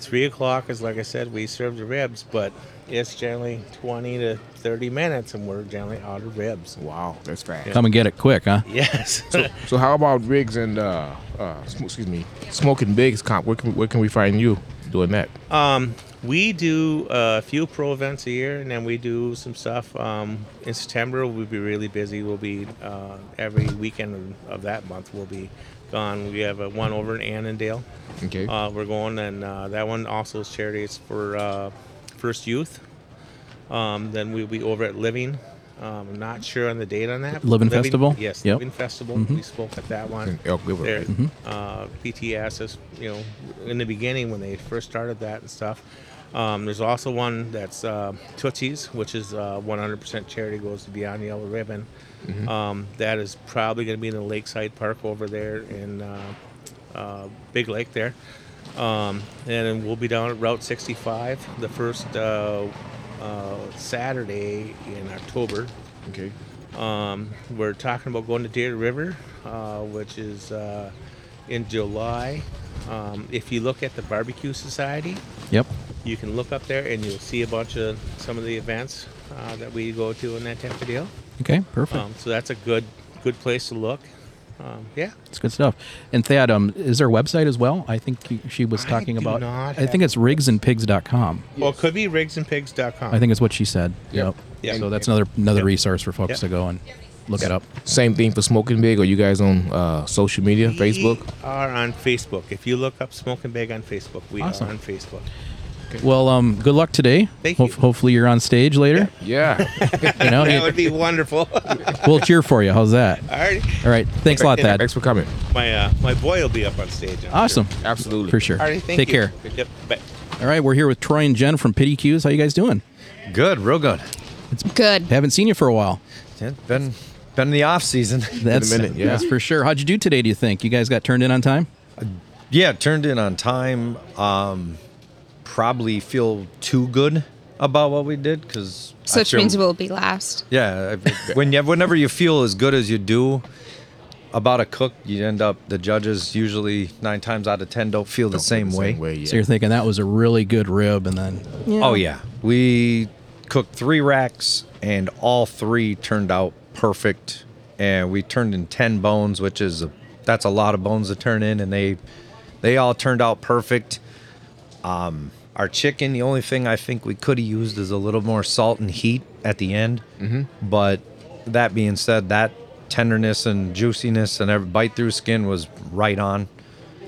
S10: Three o'clock is like I said, we serve the ribs, but it's generally twenty to thirty minutes, and we're generally out of ribs.
S3: Wow, that's fast.
S4: Come and get it quick, huh?
S10: Yes.
S3: So how about Riggs and uh, uh, sm- excuse me, Smoking Biggs comp? Where can where can we find you doing that?
S10: Um, we do a few pro events a year, and then we do some stuff. Um, in September, we'll be really busy. We'll be uh, every weekend of that month. We'll be gone. We have a one over in Annandale.
S3: Okay.
S10: Uh, we're going, and uh, that one also is charity. It's for uh, First Youth. Um, then we'll be over at Living. Um, I'm not sure on the date on that.
S4: Living Festival?
S10: Yes,
S4: Yep. Mm-hmm.
S10: Living Festival. We spoke at that one.
S3: In Elk River,
S10: There,
S3: right?
S10: uh, PTS is, you know, in the beginning when they first started that and stuff. Um, there's also one that's uh, Tootsie's, which is uh, 100% charity goes to Beyond Yellow Ribbon. Um, that is probably going to be in the Lakeside Park over there in uh, uh, Big Lake there. Um, and then we'll be down at Route 65 the first uh, uh, Saturday in October.
S3: Okay.
S10: Um, we're talking about going to Deer River, uh, which is uh, in July. Um, if you look at the Barbecue Society,
S4: Yep.
S10: you can look up there and you'll see a bunch of some of the events uh, that we go to and that type of deal.
S4: Okay. Perfect.
S10: Um, so that's a good good place to look. Um, yeah.
S4: It's good stuff. And Thad, um, is there a website as well? I think you- she was
S10: I
S4: talking
S10: do
S4: about.
S10: not
S4: I think
S10: have
S4: it's rigsandpigs.com.
S10: Well, it could be rigsandpigs.com.
S4: I think it's what she said.
S3: Yep.
S4: Yep.
S10: Yep.
S4: So that's another another
S10: Yep.
S4: resource for folks
S10: Yep.
S4: to go and Look it up.
S3: Same thing for Smoking Big. Are you guys on uh, social media, Facebook?
S10: We are on Facebook. If you look up Smoking Big on Facebook, we
S4: Awesome.
S10: are on Facebook.
S4: Well, um, good luck today.
S10: Thank you.
S4: Hopefully, you're on stage later.
S3: Yeah.
S10: [laughs]
S4: You know,
S10: That would be wonderful. [laughs] All
S4: [laughs] we'll cheer for you. How's that?
S10: right.
S4: All right. Thanks a lot, Thad.
S3: Thanks for coming.
S10: My uh, my boy will be up on stage. I'm sure.
S4: Awesome.
S3: Absolutely.
S4: For sure.
S10: All right. Thank
S4: Take
S10: you.
S4: care.
S10: Yep, bye.
S4: All right. We're here with Troy and Jen from Pity Cues. How you guys doing?
S11: Good, real good.
S7: Good.
S4: Haven't seen you for a while.
S11: Yeah, been been in the off season.
S4: [laughs] That's
S3: minute, yeah.
S4: that's for sure. How'd you do today? Do you think you guys got turned in on time?
S11: yeah, turned in on time. Um, probably feel too good about what we did because
S9: So which means we'll be last.
S11: yeah. I- when you, whenever you feel as good as you do about a cook, you end up the judges usually nine times out of ten don't feel the, same, way.
S3: yeah.
S4: So you're thinking that was a really good rib, and then
S11: Oh yeah, we cooked three racks and all three turned out perfect. And we turned in ten bones, which is a, that's a lot of bones to turn in, and they they all turned out perfect. Um, our chicken, the only thing I think we could have used is a little more salt and heat at the end. Mm-hmm. But that being said, that tenderness and juiciness and every bite through skin was right on.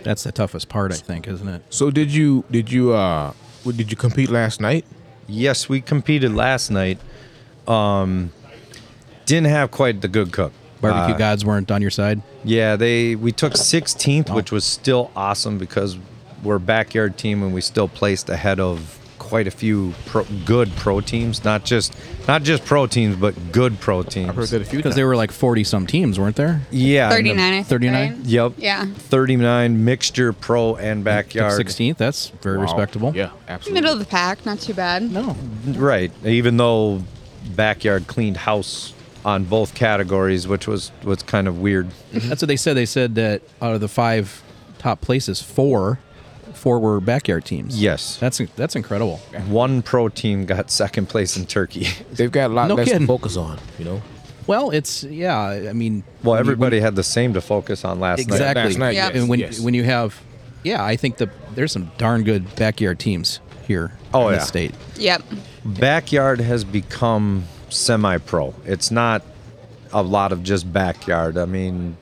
S4: that's the toughest part, I think, isn't it?
S3: So did you did you uh what, did you compete last night?
S11: Yes, we competed last night. Um, didn't have quite the good cook.
S4: Barbecue
S11: Uh,
S4: gods weren't on your side.
S11: Yeah, they we took 16th, which was still awesome because we're a backyard team and we still placed ahead of quite a few pro, good pro teams, not just not just pro teams, but good pro teams.
S3: a few
S4: Because there were like 40 some teams, weren't there?
S11: Yeah, and the-
S9: 39, I think.
S4: 39?
S9: right?
S11: Yep.
S9: Yeah.
S11: 39 mixture pro and backyard.
S4: 16th. That's very respectable.
S3: Yeah, absolutely.
S9: Middle of the pack, not too bad.
S4: No.
S11: Right. Even though backyard cleaned house on both categories, which was was kind of weird.
S4: That's what they said. They said that out of the five top places, four, four were backyard teams.
S11: Yes.
S4: That's that's incredible.
S11: One pro team got second place in
S4: [laughs]
S11: Turkey. [laughs]
S3: They've got a lot
S4: No
S3: less
S4: kidding.
S3: to focus on, you know.
S4: Well, it's yeah. I mean,
S11: Well,
S4: when you-
S11: everybody had the same to focus on last night.
S4: exactly.
S3: Last night,
S9: Yeah.
S3: yes,
S4: And when
S3: yes.
S4: when you have, yeah, I think the there's some darn good backyard teams here.
S11: Oh,
S4: in
S11: yeah.
S4: the state.
S9: Yep.
S11: backyard has become semi-pro. It's not a lot of just backyard. I mean,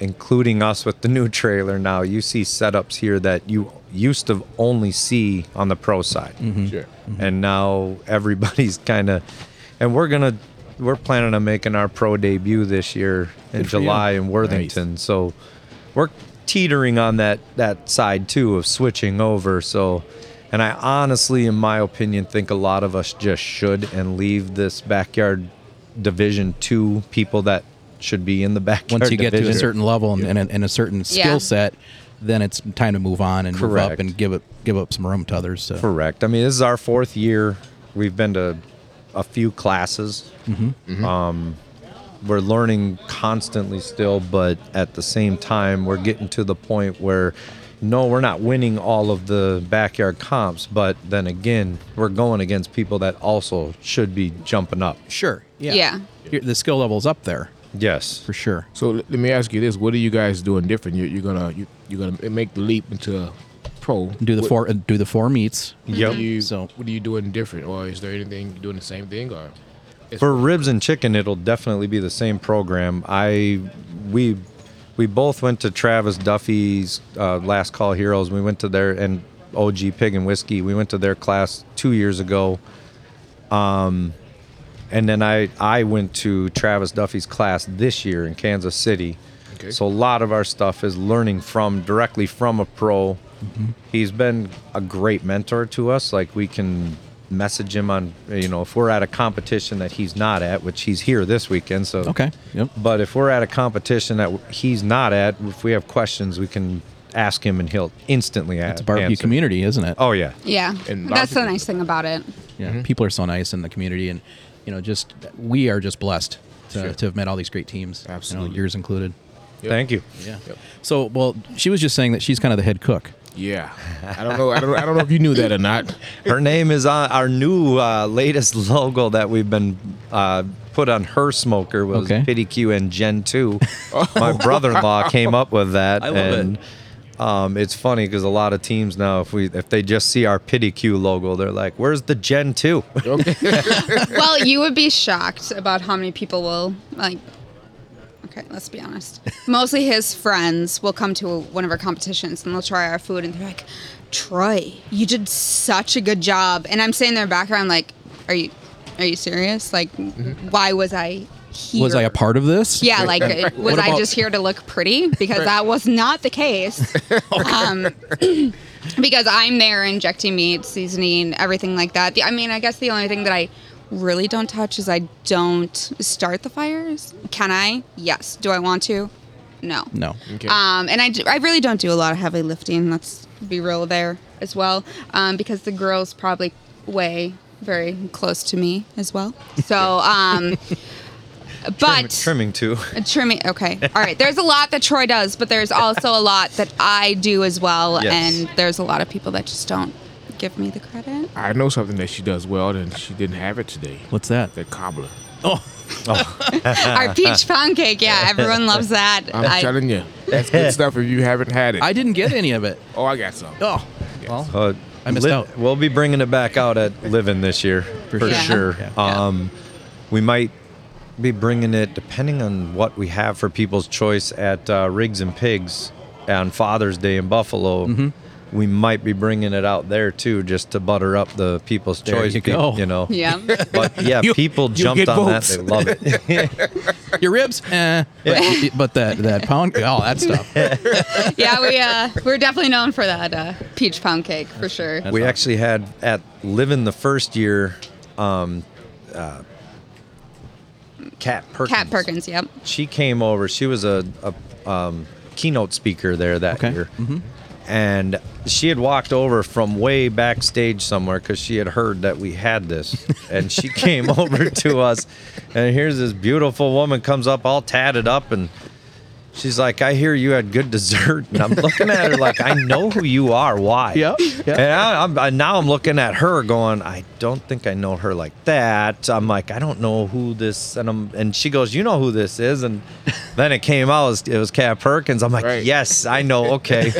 S11: including us with the [laughs] new trailer now, you see setups here that you used to only see on the pro side,
S4: Mm-hmm.
S3: Sure.
S11: and now everybody's [laughs] kind of. And we're gonna, we're planning on making our pro debut this year in
S4: for you.
S11: July in Worthington. So we're teetering on that that side too of switching over. So, and I honestly, in my opinion, think a lot of us just should and leave this backyard division to people that should be in the backyard.
S4: Once you get to a
S11: division.
S4: certain level and, and, a, and a certain
S9: Yeah.
S4: skill set, then it's time to move on and move up
S11: Correct.
S4: and give it give up some room to others. To,
S11: correct. I mean, this is our fourth year. We've been to a few classes. Mm-hmm. Um, we're learning constantly still, but at the same time, we're getting to the point where no, we're not winning all of the backyard comps, but then again, we're going against people that also should be jumping up.
S4: sure. Yeah.
S9: Yeah.
S4: Here- The skill level's up there
S11: Yes.
S4: for sure.
S3: So l- let me ask you this: What are you guys doing different? You're, you're gonna you, you're gonna make the leap into pro.
S4: Do the
S3: what,
S4: four uh, do the four meets.
S11: Yep.
S3: You,
S4: So-
S3: what are you doing different, or is there anything you're doing the same thing, or
S11: For ribs and chicken, it'll definitely be the same program. I we we both went to Travis Duffy's uh, Last Call Heroes. We went to their and OG Pig and Whiskey. We went to their class two years ago. Um, and then I I went to Travis Duffy's class this year in Kansas City.
S3: Okay.
S11: So a lot of our stuff is learning from directly from a pro. He's been a great mentor to us. Like we can message him on you know if we're at a competition that he's not at, which he's here this weekend. So
S4: Okay. Yep.
S11: But if we're at a competition that he's not at, if we have questions, we can ask him and he'll instantly a-
S4: It's a barbecue
S11: answer.
S4: community, isn't it?
S11: Oh yeah.
S9: Yeah.
S3: And
S9: That's the
S3: logic-
S9: nice thing about
S4: [laughs]
S9: it.
S4: Yeah,
S3: Mm-hmm.
S4: people are so nice in the community, and you know, just we are just blessed to,
S3: Sure.
S4: to have met all these great teams, you know,
S3: Absolutely.
S4: yours included.
S11: Thank you.
S4: Yeah. So, well, she was just saying that she's kind of the head cook.
S3: yeah? I don't know. I don't, I don't know if you knew that or not.
S11: [laughs] Her name is on our new uh, latest [laughs] logo that we've been uh, put on her smoker was
S4: Okay.
S11: Pity Q and Gen
S3: [laughs]
S11: Two.
S3: Oh.
S11: My brother-in-law came up with that,
S4: I love
S11: and Um, it's funny because a lot of teams now, if we if they just see our Pity Q logo, they're like, "Where's the Gen 2? [laughs]
S9: well, you would be shocked about how many people will like Okay, let's be honest. Mostly his friends will come to one of our competitions and they'll try our food and they're like, Troy, you did such a good job. And I'm sitting there in the background like, are you, are you serious? Like, why was I here?
S4: Mm-hmm. Was I a part of this? [laughs]
S9: Yeah,
S3: [laughs]
S9: like uh, was
S4: What
S9: I
S4: about-
S9: just here to look pretty? Because that was not the case.
S8: [laughs]
S9: um, [clears throat] because I'm there injecting meat, seasoning, everything like that. The, I mean, I guess the only thing that I really don't touch is I don't start the fires. Can I? Yes. Do I want to? No.
S4: No.
S9: Um, and I, d- I really don't do a lot of heavy lifting. Let's be real there as well, um, because the girls probably weigh very close to me as well. So, um, but
S11: trimming too.
S9: uh, Trimming. Okay. All right. There's a lot that Troy does, but there's also a lot that I do as well.
S11: Yes.
S9: And there's a lot of people that just don't give me the credit.
S3: I know something that she does well, and she didn't have it today.
S4: What's that? Oh.
S3: That cobbler.
S11: Oh.
S3: Ah.
S9: Our
S3: [laughs]
S9: peach pound cake.
S4: [laughs]
S9: Yeah, everyone loves that.
S3: I'm
S9: I-
S3: telling you, that's good stuff. If you haven't had it,
S4: I didn't get any of it.
S3: oh, I got some.
S4: Oh, well,
S11: Uh,
S4: I missed out.
S11: We'll be bringing it back out at Living this year for,
S9: sure. Yeah.
S11: sure.
S4: Yeah.
S9: Yeah.
S11: Um, we might be bringing it depending on what we have for people's choice at uh, Rigs and Pigs on Father's Day in Buffalo.
S4: Mm-hmm.
S11: We might be bringing it out there too, just to butter up the people's
S4: There
S11: choice.
S4: you
S11: peop-
S4: go.
S11: you know.
S9: [laughs] yeah.
S8: Mm-hmm.
S4: [laughs]
S11: But yeah,
S4: You-
S11: people
S4: you
S11: jumped
S4: get
S11: on
S4: votes.
S11: that. They love
S4: [laughs]
S11: it.
S4: your ribs,
S3: [laughs]
S4: eh. But, but that that pound, all that stuff.
S9: [laughs] Yeah. We uh, we're definitely known for that uh, peach pound cake for sure.
S11: we actually had at Living the first year, um, uh, Cat Perkins.
S9: Cat Perkins. Yep.
S11: she came over. She was a, a um, keynote speaker there that
S4: Okay.
S11: year, and she had walked over from way backstage somewhere because she had heard that we had
S4: [laughs]
S11: this, and she came over to us, and here's this beautiful woman comes up all tatted up and. She's like, I hear you had good dessert, and I'm looking at her like, I know who you are. Why?
S4: Yep, yep.
S11: And I, I'm, I, now I'm looking at her, going, I don't think I know her like that. I'm like, I don't know who this, and I'm, and she goes, you know who this is, and then it came out, it was, it was Kat Perkins. I'm like,
S3: Right.
S11: yes, I know, okay.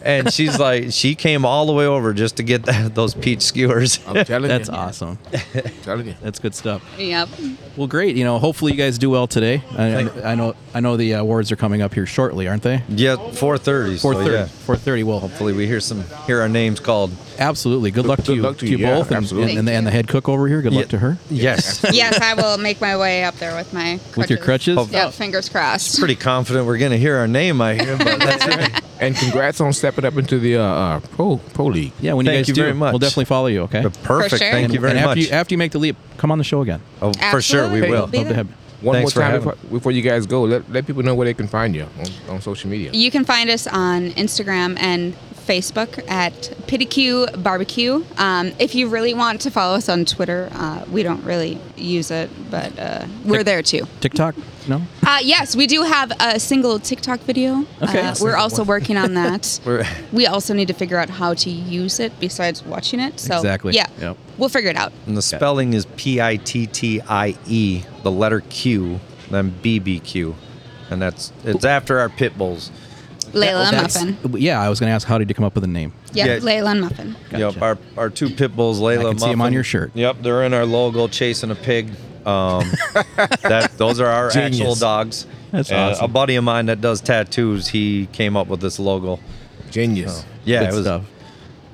S11: and she's like, she came all the way over just to get that, those peach skewers. [laughs]
S3: I'm telling
S4: That's
S3: you.
S4: awesome.
S3: I'm telling you.
S4: That's good stuff.
S9: Yep.
S4: Well, great. You know, hopefully you guys do well today. I, I know I know the uh, awards are coming up here shortly, aren't they?
S11: yeah, 4:30.
S4: Four
S11: So
S4: thirty.
S11: yeah,
S4: Four thirty. Well,
S11: hopefully we hear some, hear our names called.
S4: absolutely. Good luck to
S3: Good
S4: you,
S3: luck to you, yeah,
S4: both, and,
S3: absolutely.
S4: and, and, the, and the head cook over here. Good luck
S11: Yeah.
S4: to her
S11: Yes.
S9: Yes, I will make my way up there with my crutches.
S4: [laughs] with your crutches.
S11: Oh.
S9: Yep. Fingers crossed.
S11: Pretty confident we're gonna hear our name. I hear, but
S3: [laughs]
S11: that's right.
S3: And congrats on stepping up into the uh, uh, pro pro league.
S4: Yeah, when
S11: Thank
S4: you guys
S11: you
S4: do,
S11: very much.
S4: we'll definitely follow you. Okay.
S11: Perfect.
S9: sure.
S11: Thank
S4: And-
S11: you very
S4: and after
S11: much.
S4: You, after you make the leap, come on the show again.
S11: oh, for sure, we
S9: Absolutely.
S11: will.
S9: Be
S4: Love to
S9: there.
S4: have you.
S3: One
S11: Thanks
S3: more
S11: for
S3: time
S11: having
S3: before, before you guys go, let, let people know where they can find you on, on social media.
S9: You can find us on Instagram and Facebook at PittyQ Barbecue. Um, if you really want to follow us on Twitter, uh, we don't really use it, but uh, we're there too.
S4: TikTok? No.
S9: Uh, yes, we do have a single TikTok video.
S4: Okay.
S9: Uh, we're also [laughs] working on that. [laughs]
S11: [laughs] We're-
S9: we also need to figure out how to use it besides watching it. So
S4: Exactly.
S9: Yeah,
S4: Yep.
S9: we'll figure it out.
S11: And the spelling is P I T T I E, the letter Q, then B B Q. And that's it's after our pit bulls.
S9: Layla and
S4: That's-
S9: Muffin.
S4: Yeah, I was going to ask how did you come up with the name?
S9: Yep,
S11: yeah.
S9: Layla and Muffin.
S11: Yep, our, our two pit bulls, Layla.
S4: I can see 'em on
S11: Muffin.
S4: your shirt.
S11: Yep, they're in our logo, chasing a pig.
S4: [laughs]
S11: Um, that those are our actual dogs.
S4: That's
S11: And
S4: awesome.
S11: A buddy of mine that does tattoos, he came up with this logo.
S3: Genius.
S11: Yeah,
S4: Good
S11: it was
S4: stuff.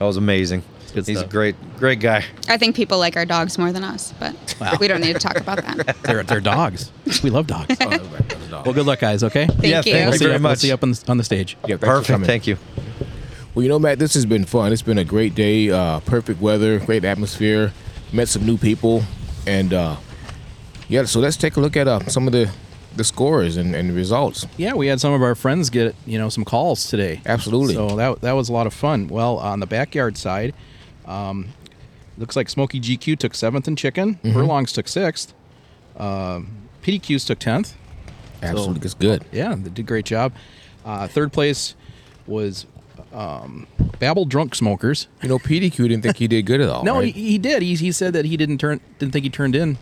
S11: that was amazing.
S4: good
S11: He's a
S4: stuff.
S11: great great guy.
S9: I think people like our dogs more than us, but we don't need to talk about
S4: [laughs]
S9: that.
S4: They're,
S11: [laughs]
S4: they're dogs. We love dogs. Well, good luck, guys. Okay.
S9: Thank
S11: Yeah,
S9: you.
S11: thank
S4: We'll
S11: you
S4: see
S11: very
S4: up, we'll
S11: much.
S4: see you up on the, on the stage.
S3: Yeah, thanks for
S11: Perfect.
S3: coming.
S11: Thank you.
S3: Well, you know, Matt, this has been fun. It's been a great day, uh, perfect weather, great atmosphere. Met some new people, and uh, yeah. So let's take a look at uh, some of the the scores and, and results.
S4: Yeah, we had some of our friends get you know some calls today.
S3: Absolutely.
S4: So that that was a lot of fun. Well, on the backyard side, um, looks like Smoky GQ took seventh in chicken.
S3: Mm-hmm.
S4: Furlongs took sixth. Um PDQs took tenth.
S3: Absolutely, it's good.
S4: Yeah, they did a great job. Uh, third place was um, Babel Drunk Smokers.
S3: You know, PDQ didn't think he did good at all.
S4: [laughs] No,
S3: right?
S4: he, he did. He, he said that he didn't turn didn't think he turned in.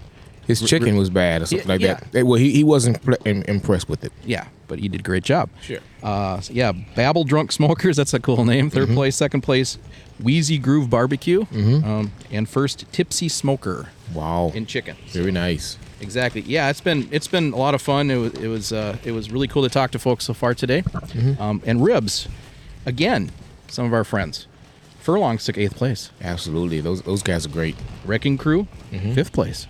S3: his chicken was bad or something
S4: Yeah,
S3: like that.
S4: yeah.
S3: Eh, Well, he, he wasn't pl- im- impressed with it.
S4: Yeah, but he did a great job.
S3: Sure.
S4: Uh, so yeah, Babel Drunk Smokers. That's a cool name. 3rd place, second place, Wheezy Groove Barbecue, um, and first Tipsy Smoker
S3: Wow,
S4: in chicken.
S3: very nice.
S4: Exactly. Yeah, it's been it's been a lot of fun. It was it was, uh, it was really cool to talk to folks so far today.
S3: Mm-hmm.
S4: Um, and ribs, again, some of our friends. Furlongs took eighth place.
S3: Absolutely. Those those guys are great. Mm-hmm.
S4: Wrecking Crew, fifth place.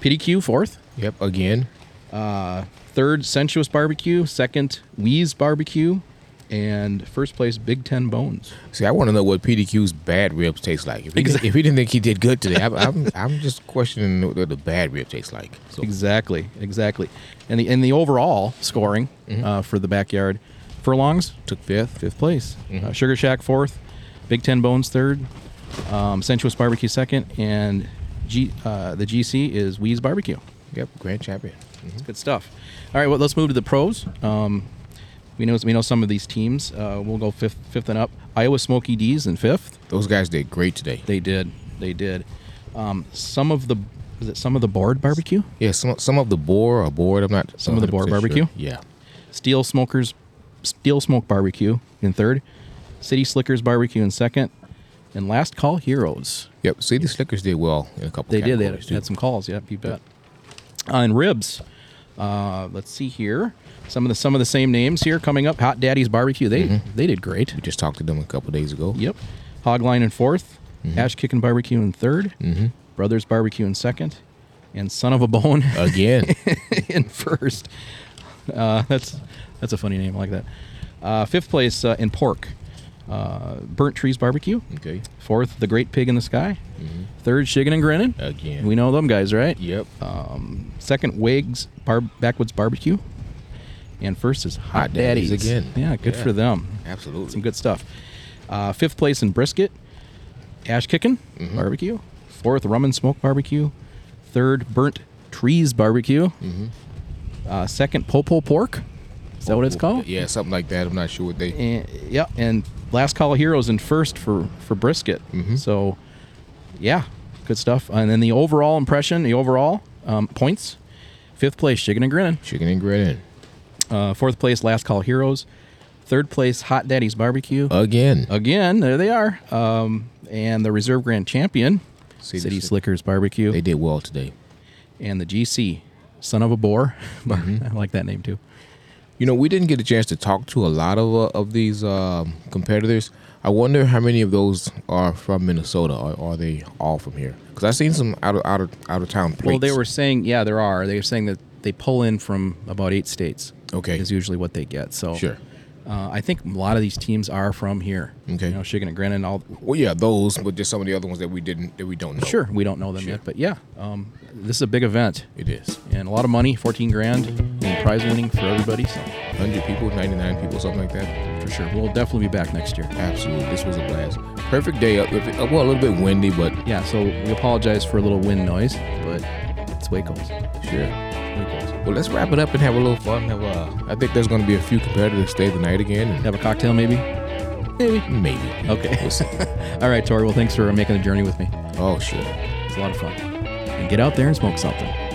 S4: PDQ fourth. Uh,
S3: Yep. Again.
S4: Third, Sensuous Barbecue. Second, Wheeze Barbecue. And first place, Big Ten Bones.
S3: See, I want to know what PDQ's bad ribs taste like. If he, didn't- if he didn't think he did good today, I'm, I'm, I'm just questioning what the bad rib tastes like. So
S4: Exactly, exactly. And the and the overall scoring
S3: Mm-hmm.
S4: uh, for the backyard furlongs took fifth, fifth place.
S3: Mm-hmm.
S4: Uh, Sugar Shack fourth, Big Ten Bones third, um, Sensuous Barbecue second, and G, uh, the GC is Wheeze Barbecue.
S3: Yep. Grand champion.
S4: It's good stuff. All right, well, let's move to the pros. Um, we know we know some of these teams. Uh, we'll go fifth, fifth and up. Iowa Smoky D's in fifth.
S3: Those guys did great today.
S4: They did, they did. Um, some of the is it some of the board barbecue?
S3: Yeah. Some some of the boar or board. I'm not.
S4: Some of the
S3: 100%
S4: boar
S3: sure.
S4: barbecue?
S3: Yeah.
S4: Steel Smokers, Steel Smoke Barbecue in third, City Slickers Barbecue in second, and Last Call Heroes.
S3: Yep. See, the Slickers did well in a couple.
S4: They did. They had,
S3: categories, too.
S4: had some calls. Yep, you bet. Uh, and ribs. Uh, let's see here. Some of the some of the same names here coming up. Hot Daddy's Barbecue. They they did great.
S3: Mm-hmm. We just talked to them a couple days ago. Mm-hmm.
S4: Yep. Hogline in 4th Ash Kicking Barbecue in 3rd Brothers Barbecue in second, and Son of a Bone [laughs]
S3: Again.
S4: in first. Uh, that's that's a funny name. I like that. Uh, fifth place uh, in pork, uh, burnt trees barbecue.
S3: okay.
S4: Fourth, the great pig in the sky. Third, Shiggin and Grinnin.
S3: Mm-hmm. Again.
S4: we know them guys, right? Um,
S3: Yep.
S4: Second, Wigs Bar- Backwoods Barbecue, and first is Hot,
S3: Hot Daddies
S4: Daddies.
S3: again.
S4: Yeah, good
S3: Yeah.
S4: for them.
S3: Absolutely.
S4: Some good stuff. Uh, fifth place in brisket, ash kicking
S3: Mm-hmm.
S4: barbecue. Fourth, rum and smoke barbecue. Third, burnt trees barbecue. Uh, second, popo pork. Is that what it's called?
S3: Yeah, something like that. I'm not sure what they.
S4: And, yeah, and last call of heroes in first for for brisket.
S3: Mm-hmm.
S4: So, yeah, good stuff. And then the overall impression, the overall um, points. Fifth place, chicken and grinnin'.
S3: Chicken and grenadine.
S4: Uh, fourth place, Last Call Heroes. Third place, Hot Daddy's Barbecue.
S3: Again.
S4: Again, there they are. Um, and the Reserve Grand Champion,
S3: City
S4: City,
S3: Slick-
S4: Slickers Barbecue.
S3: They did well today.
S4: and the GC, Son of a Boar. [laughs] [laughs] I like that name too.
S3: You know, we didn't get a chance to talk to a lot of uh, of these um, competitors. I wonder how many of those are from Minnesota, or are they all from here? Because I've seen some out of out of out of town plates.
S4: Well, they were saying, yeah, there are. They were saying that they pull in from about eight states.
S3: Okay.
S4: Is usually what they get. So
S3: Sure.
S4: Uh, I think a lot of these teams are from here.
S3: Okay.
S4: You know, Chicken and Grinnin, all.
S3: Well, yeah, those, but just some of the other ones that we didn't that we don't know.
S4: Sure, we don't know them yet, but yeah, um, this is a big event
S3: it is.
S4: and a lot of money, 14 grand, and prize winning for everybody. So.
S3: Hundred people, ninety nine people, something like that.
S4: For sure. We'll definitely be back next year.
S3: Absolutely, this was a blast. Perfect day. Up, well, a little bit windy, but
S4: Yeah, so we apologize for a little wind noise, but it's Waco's.
S3: sure.
S4: Waco's.
S3: Well, let's wrap it up and have a little fun. Have a, I think there's going to be a few competitors stay the night again. And
S4: Have a cocktail, maybe?
S3: Maybe. Maybe.
S4: Okay.
S3: We'll see.
S4: [laughs] All right, Tori. Well, thanks for making the journey with me.
S3: oh, sure.
S4: It's a lot of fun. And get out there and smoke something.